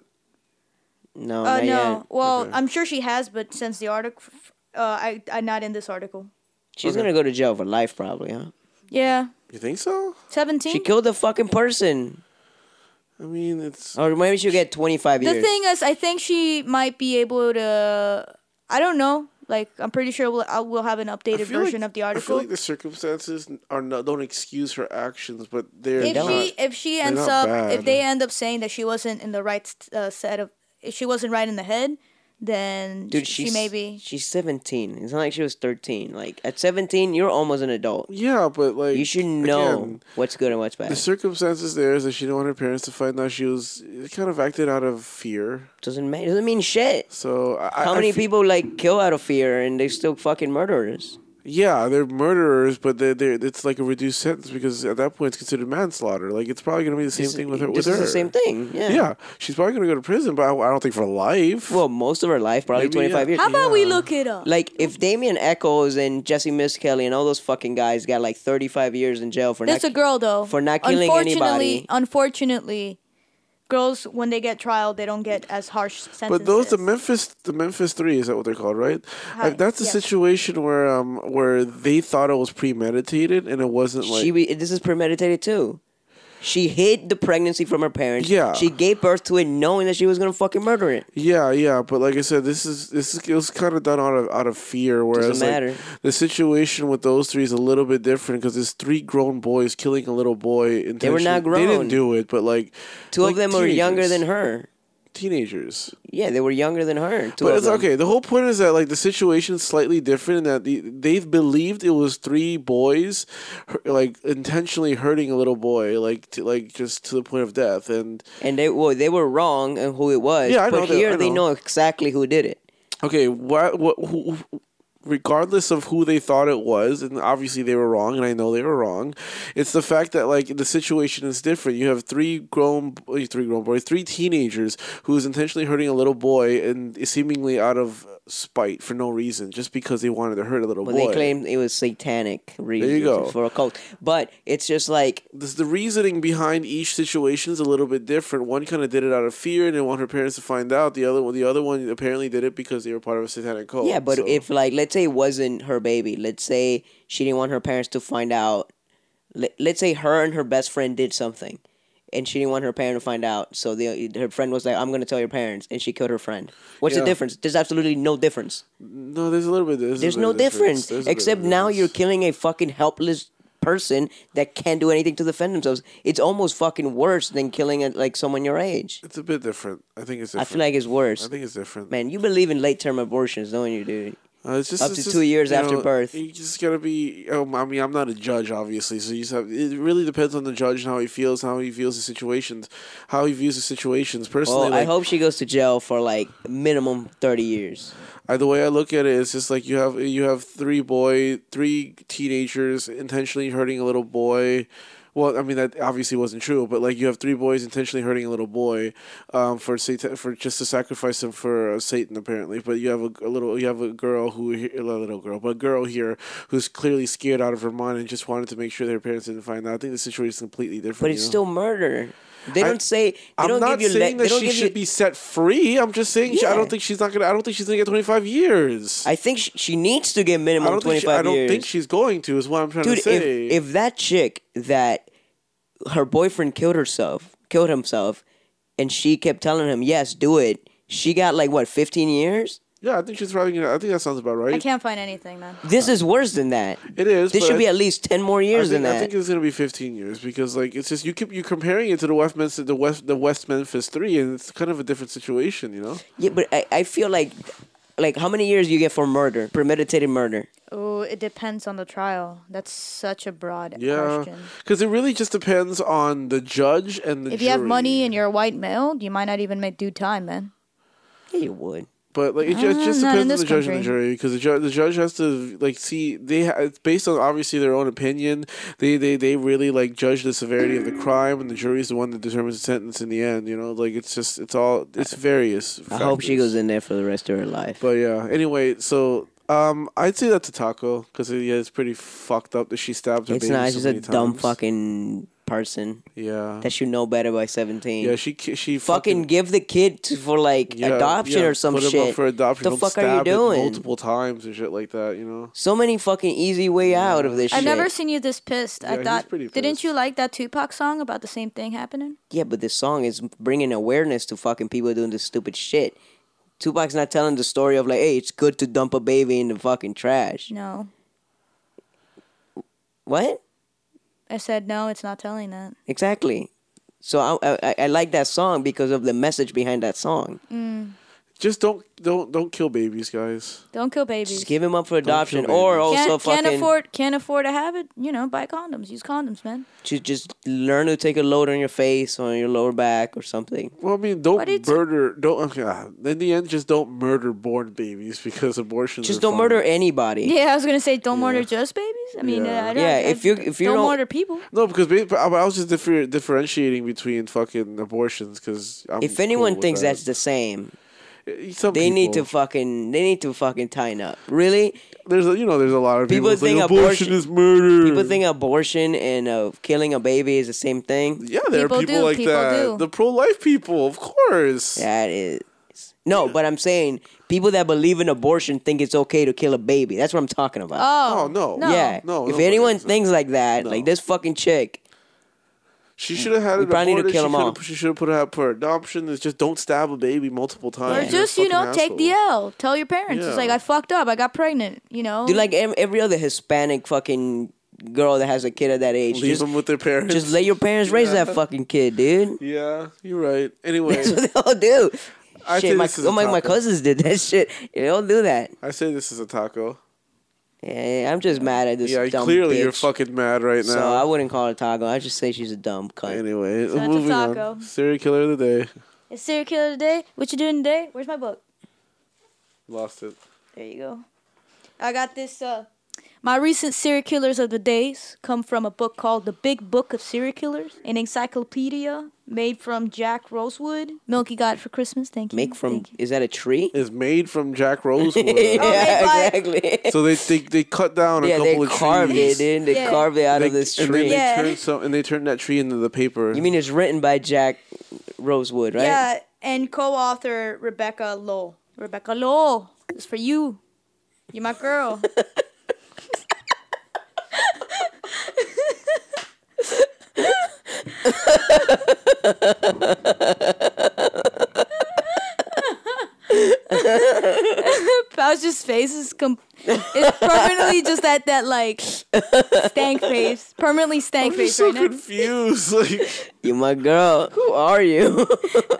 S2: no,
S3: uh,
S2: Oh, not
S3: no.
S2: yet.
S3: Well,
S4: Okay.
S3: I'm sure she has, but since the article, uh, I I not in this article.
S2: She's gonna go to jail for life, probably, huh?
S3: Yeah,
S4: You think so?
S3: seventeen.
S2: She killed a fucking person,
S4: I mean, it's
S2: or maybe she'll get twenty five
S3: The
S2: years.
S3: thing is, I think she might be able to. I don't know. Like I'm pretty sure we'll I will have an updated version of the
S4: I feel
S3: article.
S4: like the circumstances are not don't excuse her actions, but they're
S3: if
S4: not.
S3: she if she ends
S4: not
S3: up
S4: bad.
S3: if they end up saying that she wasn't in the right uh, set of if she wasn't right in the head, then
S2: Dude,
S3: she,
S2: she's
S3: she may be.
S2: she's seventeen. It's not like she was thirteen. Like at seventeen, you're almost an adult.
S4: yeah, but like
S2: You should know
S4: again,
S2: what's good and what's bad.
S4: the circumstances there is that she didn't want her parents to find out she was kind of acted out of fear.
S2: doesn't matter. Doesn't mean shit.
S4: So I,
S2: How
S4: I
S2: many
S4: fe-
S2: people like kill out of fear and they still fucking murderers?
S4: Yeah, they're murderers, but they're, they're it's like a reduced sentence because at that point it's considered manslaughter. Like it's probably gonna be the same
S2: This is-
S4: thing with her.
S2: This
S4: with
S2: is the
S4: her.
S2: same thing. Yeah.
S4: Yeah, she's probably gonna go to prison, but I, I don't think for life.
S2: Well, most of her life, probably
S4: Maybe,
S2: twenty five
S4: yeah.
S2: years.
S3: How about we look it up?
S2: Like if Damien Echoes and Jesse Miss Kelly and all those fucking guys got like thirty five years in jail for
S3: There's
S2: not,
S3: a girl though.
S2: for not killing
S3: unfortunately,
S2: anybody.
S3: Unfortunately, girls when they get trial, they don't get as harsh sentences.
S4: But those the Memphis the Memphis Three is that what they're called, right?
S3: Hi,
S2: Uh,
S4: Like, that's a
S3: yes.
S4: situation where um where they thought it was premeditated and it wasn't like
S2: she be, this is premeditated too. She hid the pregnancy from her parents.
S4: Yeah.
S2: She gave birth to it knowing that she was gonna fucking murder it.
S4: yeah yeah. But like I said, this is this is, it was kind of done out of out of fear. Whereas like,
S2: matter.
S4: the situation with those three is a little bit different because it's three grown boys killing a little boy.
S2: were
S4: intentionally.
S2: not
S4: They
S2: grown.
S4: didn't do it, but like
S2: Two
S4: like
S2: of them were younger
S4: teenagers.
S2: than her.
S4: Teenagers.
S2: Yeah, they were younger than her. Two
S4: But
S2: of
S4: it's
S2: them.
S4: okay. The whole point is that like the situation's slightly different, in that the, they believed it was three boys, hu- like intentionally hurting a little boy, like to, like just to the point of death. And
S2: And they well, they were wrong and who it was.
S4: Yeah, I
S2: but
S4: know that-
S2: here
S4: I
S2: they
S4: know.
S2: know exactly who did it.
S4: okay, what what who, who- regardless of who they thought it was, and obviously they were wrong, and I know they were wrong. It's the fact that like the situation is different. You have three grown eh, three grown boys, three teenagers who is intentionally hurting a little boy, and seemingly out of spite for no reason, just because they wanted to hurt a little
S2: But
S4: boy.
S2: they claimed it was satanic reasons
S4: go.
S2: for a cult. But it's just like
S4: this, the reasoning behind each situation is a little bit different. One kind of did it out of fear and didn't want her parents to find out. The other one, the other one apparently did it because they were part of a satanic cult.
S2: Yeah, but
S4: so-
S2: if like let's say it wasn't her baby, let's say she didn't want her parents to find out. Let, let's say her and her best friend did something, and she didn't want her parent to find out. So the her friend was like, "I'm gonna tell your parents," and she killed her friend. What's
S4: Yeah.
S2: the difference? There's absolutely no difference.
S4: no, there's a little bit. There's, a
S2: There's
S4: bit
S2: no
S4: of difference.
S2: difference,
S4: There's a bit of
S2: except now
S4: difference.
S2: you're killing a fucking helpless person that can't do anything to defend themselves. It's almost fucking worse than killing like someone your age.
S4: It's a bit different. I think it's.
S2: I
S4: Different.
S2: feel like it's
S4: I
S2: worse.
S4: think it's different.
S2: Man, you believe in late term abortions, don't you, dude?
S4: Uh, it's just
S2: Up
S4: it's
S2: to
S4: just,
S2: two years
S4: you
S2: after
S4: know,
S2: birth.
S4: You just gotta be. Um, I mean, I'm not a judge, obviously. So you just have. It really depends on the judge and how he feels, how he views the situations, how he views the situations. Personally,
S2: Well, I
S4: like,
S2: hope she goes to jail for like minimum thirty years.
S4: I, the way I look at it is just like you have you have three boy, three teenagers intentionally hurting a little boy. Well, I mean that obviously wasn't true, but like you have three boys intentionally hurting a little boy, um, for satan for just to sacrifice him for uh, Satan apparently. But you have a, a little you have a girl who he- a little girl, but a girl here who's clearly scared out of her mind and just wanted to make sure their parents didn't find out. I think the situation is completely different.
S2: But
S4: you
S2: it's
S4: know?
S2: still murder. They
S4: I-
S2: don't say. They
S4: I'm
S2: don't
S4: not
S2: give you.
S4: saying
S2: le- they
S4: that
S2: don't
S4: she
S2: give
S4: should
S2: you,
S4: be set free. I'm just saying she, I
S2: Yeah.
S4: don't think she's not gonna. I don't think she's gonna get 25 years.
S2: I think she, she needs to get
S4: I
S2: minimum
S4: don't, think
S2: twenty
S4: she, I
S2: five
S4: don't
S2: years.
S4: think she's going to. Is what I'm trying
S2: Dude,
S4: to say.
S2: if, if that chick that her boyfriend killed herself, killed himself, and she kept telling him, "Yes, do it," she got like what fifteen years.
S4: yeah, I think she's probably. Gonna, I think that sounds about
S3: I
S4: right.
S3: can't find anything, man.
S2: This is worse than that.
S4: It is.
S2: This
S4: but
S2: should be
S4: I-
S2: at least ten more
S4: I
S2: years
S4: think,
S2: than
S4: I
S2: that.
S4: think it's gonna be 15 years because like it's just you keep you comparing it to the Westminster, the West, the West Memphis Three, and it's kind of a different situation, you know.
S2: yeah, but I, I feel like, like how many years you get for murder, premeditated murder?
S3: Oh, it depends on the trial. That's such a broad
S4: Yeah,
S3: question.
S4: because it really just depends on the judge and the.
S3: If you have
S4: jury.
S3: money and you're a white male, you might not even make due time, man.
S2: Yeah, you would.
S4: But like it just,
S3: Uh,
S4: just
S3: not in
S4: depends on the
S3: this
S4: judge and the
S3: country.
S4: jury because the judge the judge has to like see they ha- it's based on obviously their own opinion they they they really like judge the severity of the crime and the jury is the one that determines the sentence in the end you know like it's just it's all it's various.
S2: I hope she
S4: factors.
S2: goes in there for the rest of her life.
S4: But yeah, anyway, so um, I'd say that's a taco because yeah, it's pretty fucked up that she stabbed her.
S2: it's
S4: baby
S2: not.
S4: so
S2: She's
S4: many
S2: a dumb
S4: times.
S2: fucking person
S4: Yeah.
S2: that should know better by seventeen.
S4: Yeah, she ki- she
S2: fucking give the kid to, for like
S4: yeah,
S2: adoption
S4: yeah,
S2: or some
S4: put him
S2: shit.
S4: up for adoption.
S2: The
S4: don't
S2: fuck are you
S4: stab it
S2: doing?
S4: Multiple times and shit like that, you know.
S2: So many fucking easy way out of this
S3: I've
S2: shit.
S3: never seen you this pissed.
S4: Yeah,
S3: I
S4: he's
S3: thought,
S4: pretty pissed.
S3: didn't you like that Tupac song about the same thing happening?
S2: yeah, but this song is bringing awareness to fucking people doing this stupid shit. Tupac's not telling the story of like, hey, it's good to dump a baby in the fucking trash.
S3: No.
S2: What?
S3: I said no, it's not telling that.
S2: Exactly. So I, I I like that song because of the message behind that song.
S4: Just don't don't don't kill babies, guys.
S3: Don't kill babies.
S2: Just give him up for adoption,
S4: kill
S2: or
S3: can't,
S2: also fucking
S3: can't afford can't afford to have it, you know, buy condoms. Use condoms, man.
S2: to just learn to take a load on your face or on your lower back or something.
S4: Well, I mean,
S3: But
S4: don't
S3: it's-
S4: murder. Don't. Okay, ah, in the end, just don't murder born babies because abortions.
S2: Just
S4: are
S2: don't
S4: fun.
S2: murder anybody.
S3: Yeah, I was gonna say don't murder just babies. I mean,
S4: Yeah.
S3: uh, I don't,
S2: Yeah,
S3: I-
S2: if you- if you
S3: don't,
S2: don't-
S3: murder people,
S4: No, because ba- but I I was just differ- differentiating between fucking abortions because
S2: If anyone thinks that's the same,
S4: the, Eh, some
S2: they need to
S4: people-
S2: fucking they need to fucking tighten up. Really,
S4: There's a, you know there's a lot of
S2: People
S4: people, think
S2: think
S4: like, abortion,
S2: abortion-
S4: is murder.
S2: people think abortion and uh, killing a baby is the same thing.
S4: yeah, there
S3: People
S4: are people
S3: do,
S4: like
S3: people
S4: that.
S3: do.
S4: The pro life people, of course.
S2: That is no, but I'm saying people that believe in abortion think it's okay to kill a baby. That's what I'm talking about.
S3: oh,
S4: Oh, no.
S3: no,
S2: yeah.
S4: no,
S2: if
S4: nobody
S2: anyone
S4: is.
S2: thinks like that, like this fucking chick,
S4: She should have had
S2: We
S4: it
S2: probably need to
S4: aborted.
S2: kill
S4: she
S2: 'em
S4: coulda-
S2: all.
S4: She should have put it up for adoption. It's just don't stab a baby multiple times.
S3: or
S4: You're a
S3: just you know
S4: fucking
S3: take the
S4: asshole.
S3: L. Tell your parents
S4: Yeah.
S3: it's like I fucked up, I got pregnant. You know,
S2: do like ev- every other Hispanic fucking girl that has a kid at that age.
S4: Leave
S2: just,
S4: them with their parents.
S2: just let your parents raise
S4: Yeah.
S2: that fucking kid, dude.
S4: Yeah, you're right. Anyway,
S2: That's what they all do.
S4: I
S2: shit,
S4: think
S2: my, oh,
S4: this is a
S2: my, my
S4: topic.
S2: cousins did that shit. They all do that.
S4: I say this is a taco.
S2: Yeah, I'm just mad at this
S4: Yeah,
S2: dumb
S4: clearly you're
S2: bitch.
S4: fucking mad right now.
S2: So I wouldn't call her Taco. I just say she's a dumb cunt.
S4: Anyway,
S3: it's a
S4: moving
S3: taco.
S4: on. Serial killer of the day.
S3: it's serial killer today. What you doing today? Where's my book?
S4: Lost it.
S3: There you go. I got this. Uh, my recent serial killers of the days come from a book called The Big Book of Serial Killers, an encyclopedia made from Jack Rosewood. Milky got it for Christmas. Thank you.
S2: Make from
S3: Thank you.
S2: is that a tree?
S4: It's made from Jack Rosewood.
S2: yeah, exactly.
S4: so they, they they cut down a
S2: yeah,
S4: couple
S2: they
S4: of
S2: carved
S4: trees.
S2: it, dude. They
S3: Yeah.
S2: carved it out
S4: They-
S2: of this
S4: And then
S2: tree.
S4: they
S3: Yeah.
S4: turned some, and they turned that tree into the paper.
S2: You mean it's written by Jack Rosewood, right?
S3: Yeah, and co-author Rebecca Lowell. Rebecca Lowell, it's for you. You're my girl. Pouch's face is com- it's permanently just at that like stank face, permanently stank
S4: I'm
S3: face
S4: so
S3: right now.
S4: confused. Like,
S2: You my girl. Who are you?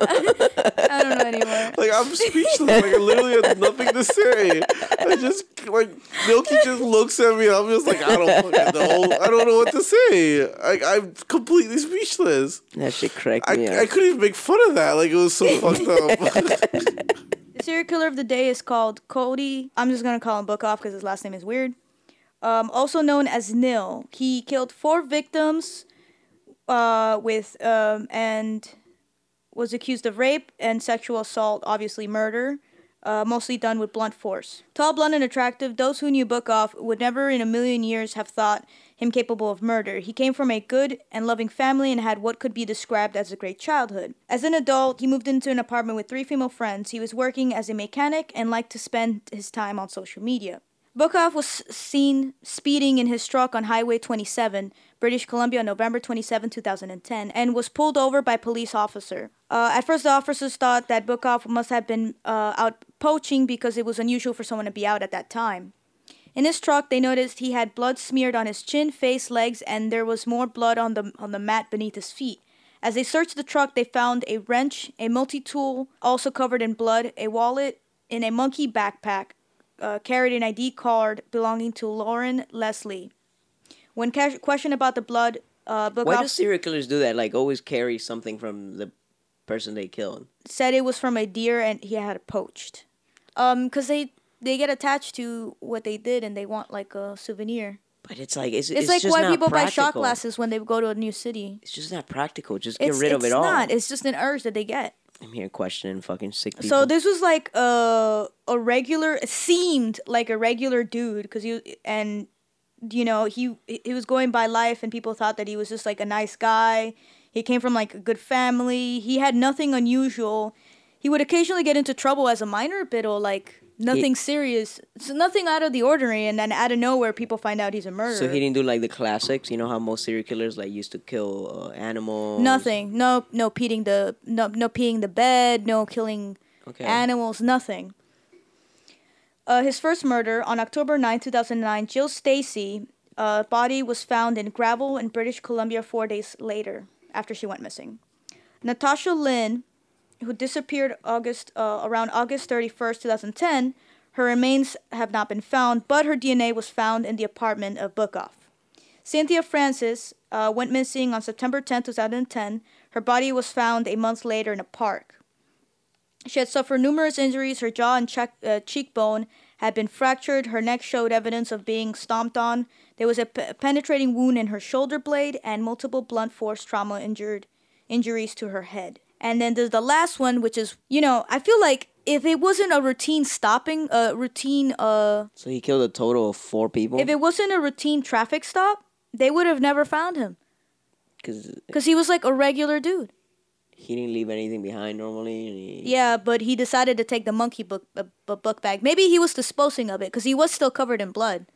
S3: I don't know anymore.
S4: like I'm speechless. Like I literally have nothing to say. I just like Milky just looks at me. and I'm just like I don't fucking know. I don't know what to say. I, I'm completely speechless.
S2: that shit cracked
S4: I,
S2: me
S4: I
S2: up.
S4: couldn't even make fun of that. Like it was so fucked up.
S3: The serial killer of the day is called Cody. I'm just gonna call him Bookoff because his last name is weird. Um, also known as Nil. He killed four victims, uh, with um, and was accused of rape and sexual assault, obviously murder, uh, mostly done with blunt force. Tall, blonde, and attractive, those who knew Bookoff would never in a million years have thought him capable of murder. He came from a good and loving family and had what could be described as a great childhood. As an adult, he moved into an apartment with three female friends. He was working as a mechanic and liked to spend his time on social media. Bukov was seen speeding in his truck on Highway 27, British Columbia, on November 27, 2010, and was pulled over by police officer. Uh, at first, the officers thought that Bukov must have been uh, out poaching because it was unusual for someone to be out at that time. In his truck, they noticed he had blood smeared on his chin, face, legs, and there was more blood on the on the mat beneath his feet. As they searched the truck, they found a wrench, a multi-tool also covered in blood, a wallet, and a monkey backpack. Uh, carried an ID card belonging to Lauren Leslie. When ca- questioned about the blood, uh,
S2: Why
S3: Bookoff
S2: do serial killers do that? Like always carry something from the person they killed.
S3: said it was from a deer and he had it poached. Um, cause they they get attached to what they did and they want like a souvenir.
S2: But it's like it's,
S3: It's,
S2: it's,
S3: like
S2: just
S3: why
S2: not
S3: people
S2: practical.
S3: buy shot glasses when they go to a new city.
S2: It's just not practical. Just get
S3: It's,
S2: rid of
S3: it's
S2: it all.
S3: not. It's just an urge that they get.
S2: I'm here questioning fucking sick people.
S3: So this was like a a regular it seemed like a regular dude because he and you know he he was going by life and people thought that he was just like a nice guy. He came from like a good family. He had nothing unusual. He would occasionally get into trouble as a minor, but or like nothing serious, so nothing out of the ordinary. And then out of nowhere, people find out he's a murderer.
S2: So he didn't do like the classics. You know how most serial killers like used to kill uh, animals.
S3: nothing. No, no peeing the no no peeing the bed. No killing.
S2: Okay.
S3: animals, nothing. Uh, his first murder on October 9, 2009, Jill Stacy, uh, body was found in gravel in British Columbia four days later after she went missing. Natasha Lynn, who disappeared August uh, around August 31st, 2010, her remains have not been found, but her DNA was found in the apartment of Bookoff. Cynthia Francis uh, went missing on September 10, 2010. Her body was found a month later in a park. She had suffered numerous injuries. Her jaw and check, uh, cheekbone had been fractured. Her neck showed evidence of being stomped on. There was a pe- penetrating wound in her shoulder blade and multiple blunt force trauma injured injuries to her head. And then there's the last one, which is you know I feel like if it wasn't a routine stopping, a routine uh,
S2: so he killed a total of four people.
S3: if it wasn't a routine traffic stop, they would have never found him
S2: Because
S3: because he was like a regular dude.
S2: he didn't leave anything behind normally. And he,
S3: Yeah, but he decided to take the monkey book uh, bu- book bag. Maybe he was disposing of it because he was still covered in blood.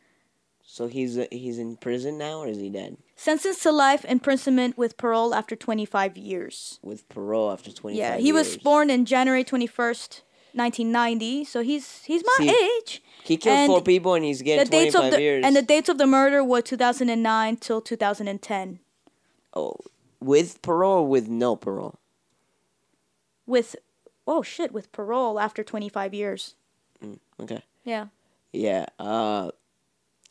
S2: So he's uh, he's in prison now, or is he dead
S3: Sentenced to life imprisonment with parole after 25 years.
S2: with parole after twenty?
S3: Yeah, he was born in January 21st, 1990, so he's he's my
S2: See,
S3: age.
S2: He killed
S3: and
S2: four people, and he's getting
S3: The
S2: twenty
S3: dates of
S2: five
S3: the
S2: years.
S3: and the dates of the murder were 2009 till 2010
S2: oh, with parole, or with no parole.
S3: with oh shit with parole after 25 years.
S2: Okay.
S3: Yeah.
S2: Yeah. Uh,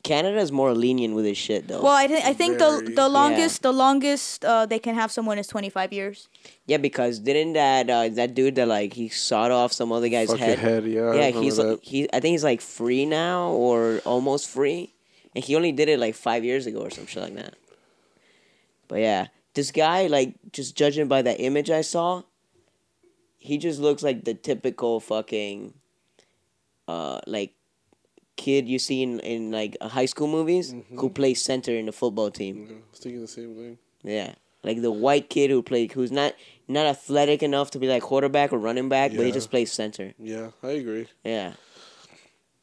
S2: Canada's more lenient with his shit though.
S3: Well, I, th- I think the
S4: Very-
S3: the longest the longest uh, they can have someone is 25 years.
S2: yeah, because didn't that uh, that dude that like he sawed off some other guy's
S4: Fucking
S2: head?
S4: head, yeah,
S2: Yeah,
S4: I remember
S2: he's
S4: that.
S2: he. I think he's like free now or almost free, and he only did it like five years ago or some shit like that. But yeah, this guy like just judging by that image I saw, he just looks like the typical fucking, uh, like kid you see in, in like high school movies
S4: Mm-hmm.
S2: who plays center in the football team.
S4: I was thinking the same thing.
S2: Yeah, like the white kid who played, who's not not athletic enough to be like quarterback or running back, but he
S4: Yeah.
S2: just plays center.
S4: Yeah, I agree.
S2: Yeah,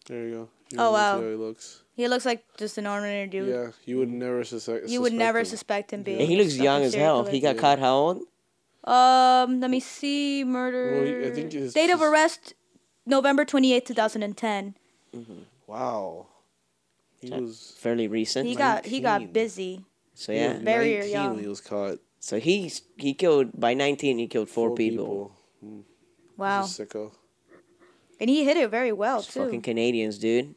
S4: There you go. You
S3: Oh,
S4: know, that's
S3: wow.
S4: how he looks.
S3: He looks like just an ordinary dude.
S4: Yeah, you would never suspect.
S3: You would never
S4: suspect.
S3: suspect him being.
S2: and he looks
S3: stuck
S2: young
S3: in
S2: as
S3: serial
S2: hell. He
S3: killer.
S2: got caught how old?
S3: Um, let me see. Murder.
S4: Well, I think it's
S3: Date of
S4: just-
S3: arrest: November twenty eighth, two thousand and ten.
S4: him. Wow. He was.
S2: Fairly recent.
S3: He got he got
S4: 19.
S3: busy.
S2: so
S4: He
S2: yeah.
S4: was
S3: Very
S4: 19
S3: young.
S4: When he was caught.
S2: So he he killed by nineteen. He killed four, people.
S3: Wow,
S4: He's a sicko.
S3: and he hit it very well
S2: It's
S3: too.
S2: fucking Canadians, dude.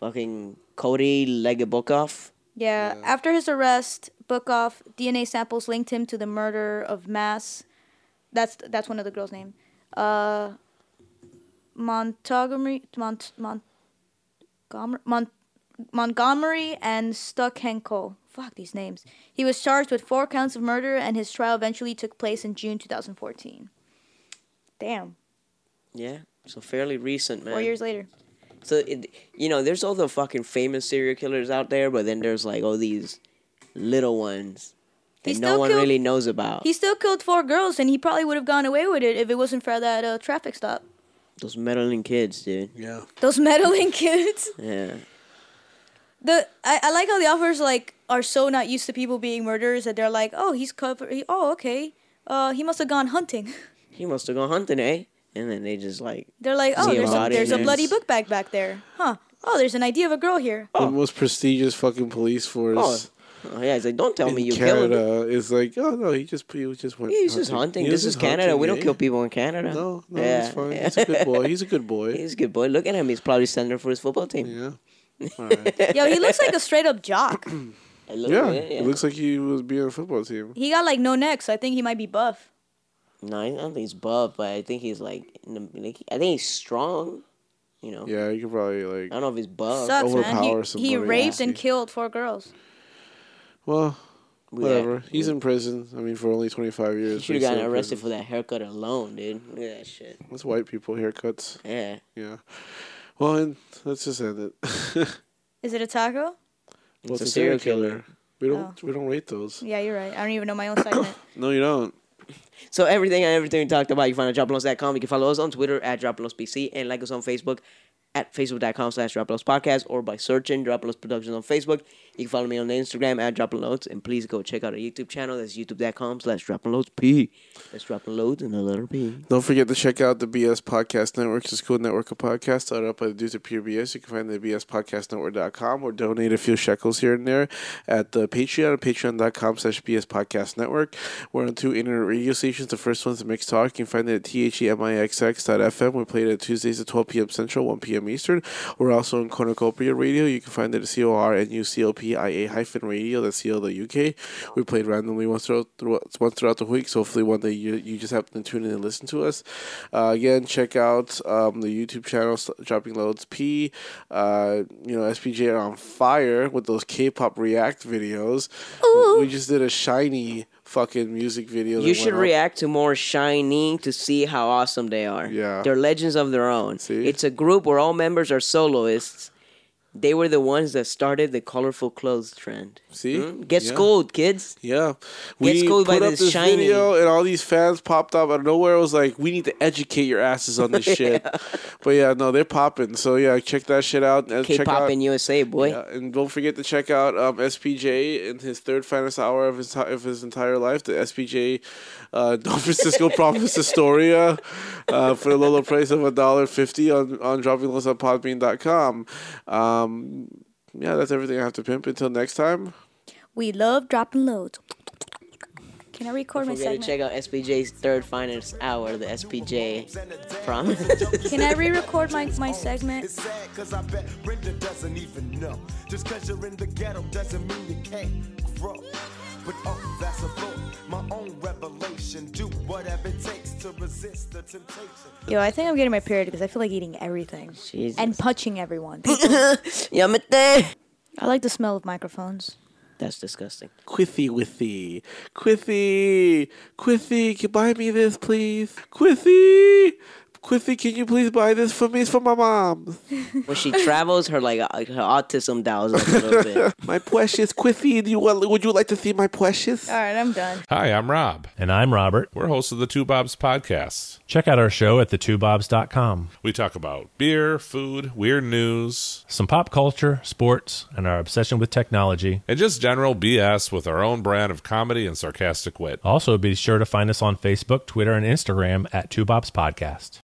S2: Fucking Cody Legabokov.
S3: Yeah. After his arrest, Bookoff DNA samples linked him to the murder of Mass. That's that's one of the girls' name. Uh, Montgomery, Mont, Montgomery, Mont, Montgomery, and Stuckenko. Fuck these names. He was charged with four counts of murder, and his trial eventually took place in June 2014. Damn,
S2: Yeah. So fairly recent, man.
S3: four years later.
S2: So it, you know, there's all the fucking famous serial killers out there, but then there's like all these little ones that
S3: He
S2: no
S3: still
S2: one
S3: killed-
S2: really knows about.
S3: He still killed four girls, and he probably would have gone away with it if it wasn't for that uh, traffic stop.
S2: Those meddling kids, dude.
S4: Yeah.
S3: Those meddling kids.
S2: Yeah.
S3: The I, I like how the offers like are so not used to people being murderers that they're like, oh, he's covered. He, oh, okay. Uh, he must have gone hunting.
S2: He must have gone hunting, eh? And then they just like,
S3: They're like, oh,
S2: See a
S3: there's a,
S2: body
S3: there's a
S2: and
S3: bloody
S2: it's-
S3: book bag back there, huh? Oh, there's an idea of a girl here.
S4: The most prestigious fucking police force.
S2: oh, oh yeah. He's like, don't tell
S4: in
S2: me you killed him.
S4: Canada is like, oh no, he just he was just went.
S2: Yeah, he's just hunting.
S4: He was
S2: This is
S4: just
S2: Canada. we don't
S4: hunting,
S2: kill
S4: eh?
S2: people in Canada.
S4: No, no,
S2: yeah.
S4: he's fine.
S2: yeah.
S4: He's a good boy. He's a good boy.
S2: He's a good boy. Look at him. He's probably standing for his football team.
S4: yeah. All right.
S3: Yo, he looks like a straight up jock.
S2: I love
S4: Yeah,
S2: it,
S4: it looks like he was being a football team.
S3: He got like no necks. I think he might be buff.
S2: No, I don't think he's buff, but I think he's like, in the, like I think he's strong. You know.
S4: Yeah, you could probably
S2: I
S4: like.
S2: don't know if he's buff.
S3: Sucks, man.
S4: overpower
S3: He, he
S4: somebody,
S3: raped
S4: yeah.
S3: and killed four girls.
S4: Well,
S2: We-
S4: whatever.
S2: we-
S4: He's in prison. I mean, for only twenty five years.
S2: He
S4: but
S2: should have
S4: he's
S2: gotten
S4: still in
S2: arrested
S4: prison.
S2: for that haircut alone, dude. Look at that shit.
S4: That's white people haircuts.
S2: Yeah.
S4: Yeah. Well, and let's just end it. well,
S3: Is it a taco?
S2: It's a serial killer.
S4: We don't we don't rate those.
S3: Yeah, you're right. I don't even know my own segment.
S4: No, you don't.
S2: So everything and everything we talked about, you can find at droplos.com. You can follow us on Twitter at droplospc and like us on Facebook at facebook.com slash Dropouts Podcast or by searching Dropouts Productions on Facebook. You can follow me on Instagram at Dropout Loads and please go check out our YouTube channel. That's youtube.com slash Dropout Loads P. That's Dropout Loads and the letter P.
S4: Don't forget to check out the BS Podcast Network. It's a cool network of podcasts started up by the dudes at Pure BS. You can find the BS Podcast Network.com or donate a few shekels here and there at the Patreon at patreon.com slash BS Podcast Network. We're on two internet radio stations. The first one's Mix Talk. You can find it at E THEMIXX.FM. We play it at Tuesdays at 12 p.m. Central, 1 p.m. Eastern. We're also on Cornucopia Radio. You can find it at C-O-R-N-U-C-O-P-I-A hyphen radio. That's C-O the UK. We played randomly once throughout, throughout, once throughout the week, so hopefully one day you, you just happen to tune in and listen to us. Uh, again, check out um, the YouTube channel, S- Dropping Loads P. Uh, you know, SPJ are on fire with those K-pop react videos. We just did a shiny fucking music video. that
S2: You should
S4: went up.
S2: react to more Shiny to see how awesome they are.
S4: Yeah.
S2: They're legends of their own.
S4: See?
S2: It's a group where all members are soloists. They were the ones that started the colorful clothes trend.
S4: See?
S2: Hmm? Get
S4: Yeah.
S2: schooled, kids.
S4: Yeah, we
S2: schooled
S4: put
S2: by
S4: up
S2: this
S4: this
S2: shiny-
S4: video, and all these fans popped up out of nowhere. It was like, we need to educate your asses on this shit. But yeah, no, they're popping. So yeah, check that shit out. And check
S2: K-pop
S4: out,
S2: in USA, boy.
S4: Yeah, and don't forget to check out um, SPJ in his third finest hour of his of his entire life. The SPJ uh, Don Francisco Promised Astoria uh, for the low low price of a dollar fifty on on dropping list on podbean.com. Um, yeah, that's everything I have to pimp. Until next time.
S3: We love dropping loads. Can I record my
S2: We're gonna
S3: segment?
S2: check out SPJ's third finest hour, the SPJ promise.
S3: Can I re-record my, my segment?
S5: It's sad cause I bet Brenda doesn't even know. Just cause you're in the ghetto doesn't mean you can't grow. But oh, that's a thought. My own revelation. Do whatever it takes to resist the temptation.
S3: Yo, I think I'm getting my period because I feel like eating everything
S2: Jesus.
S3: and punching everyone.
S2: Yamete.
S3: I like the smell of microphones.
S2: That's disgusting.
S4: Quithy Withy. Quithy. Quithy, can you buy me this, please? Quithy. Quithy, can you please buy this for me? It's for my mom.
S2: When she travels, her like uh, her autism dials up a little bit.
S4: My precious Quithy, do you want, would you like to see my precious?
S3: All right, I'm done.
S7: Hi, I'm Rob.
S8: And I'm Robert.
S7: We're hosts of the Two Bobs podcast.
S8: Check out our show at thetwobobs.com.
S7: We talk about beer, food, weird news,
S8: Some pop culture, sports, and our obsession with technology.
S7: and just general BS with our own brand of comedy and sarcastic wit.
S8: Also, be sure to find us on Facebook, Twitter, and Instagram at Two Bobs Podcast.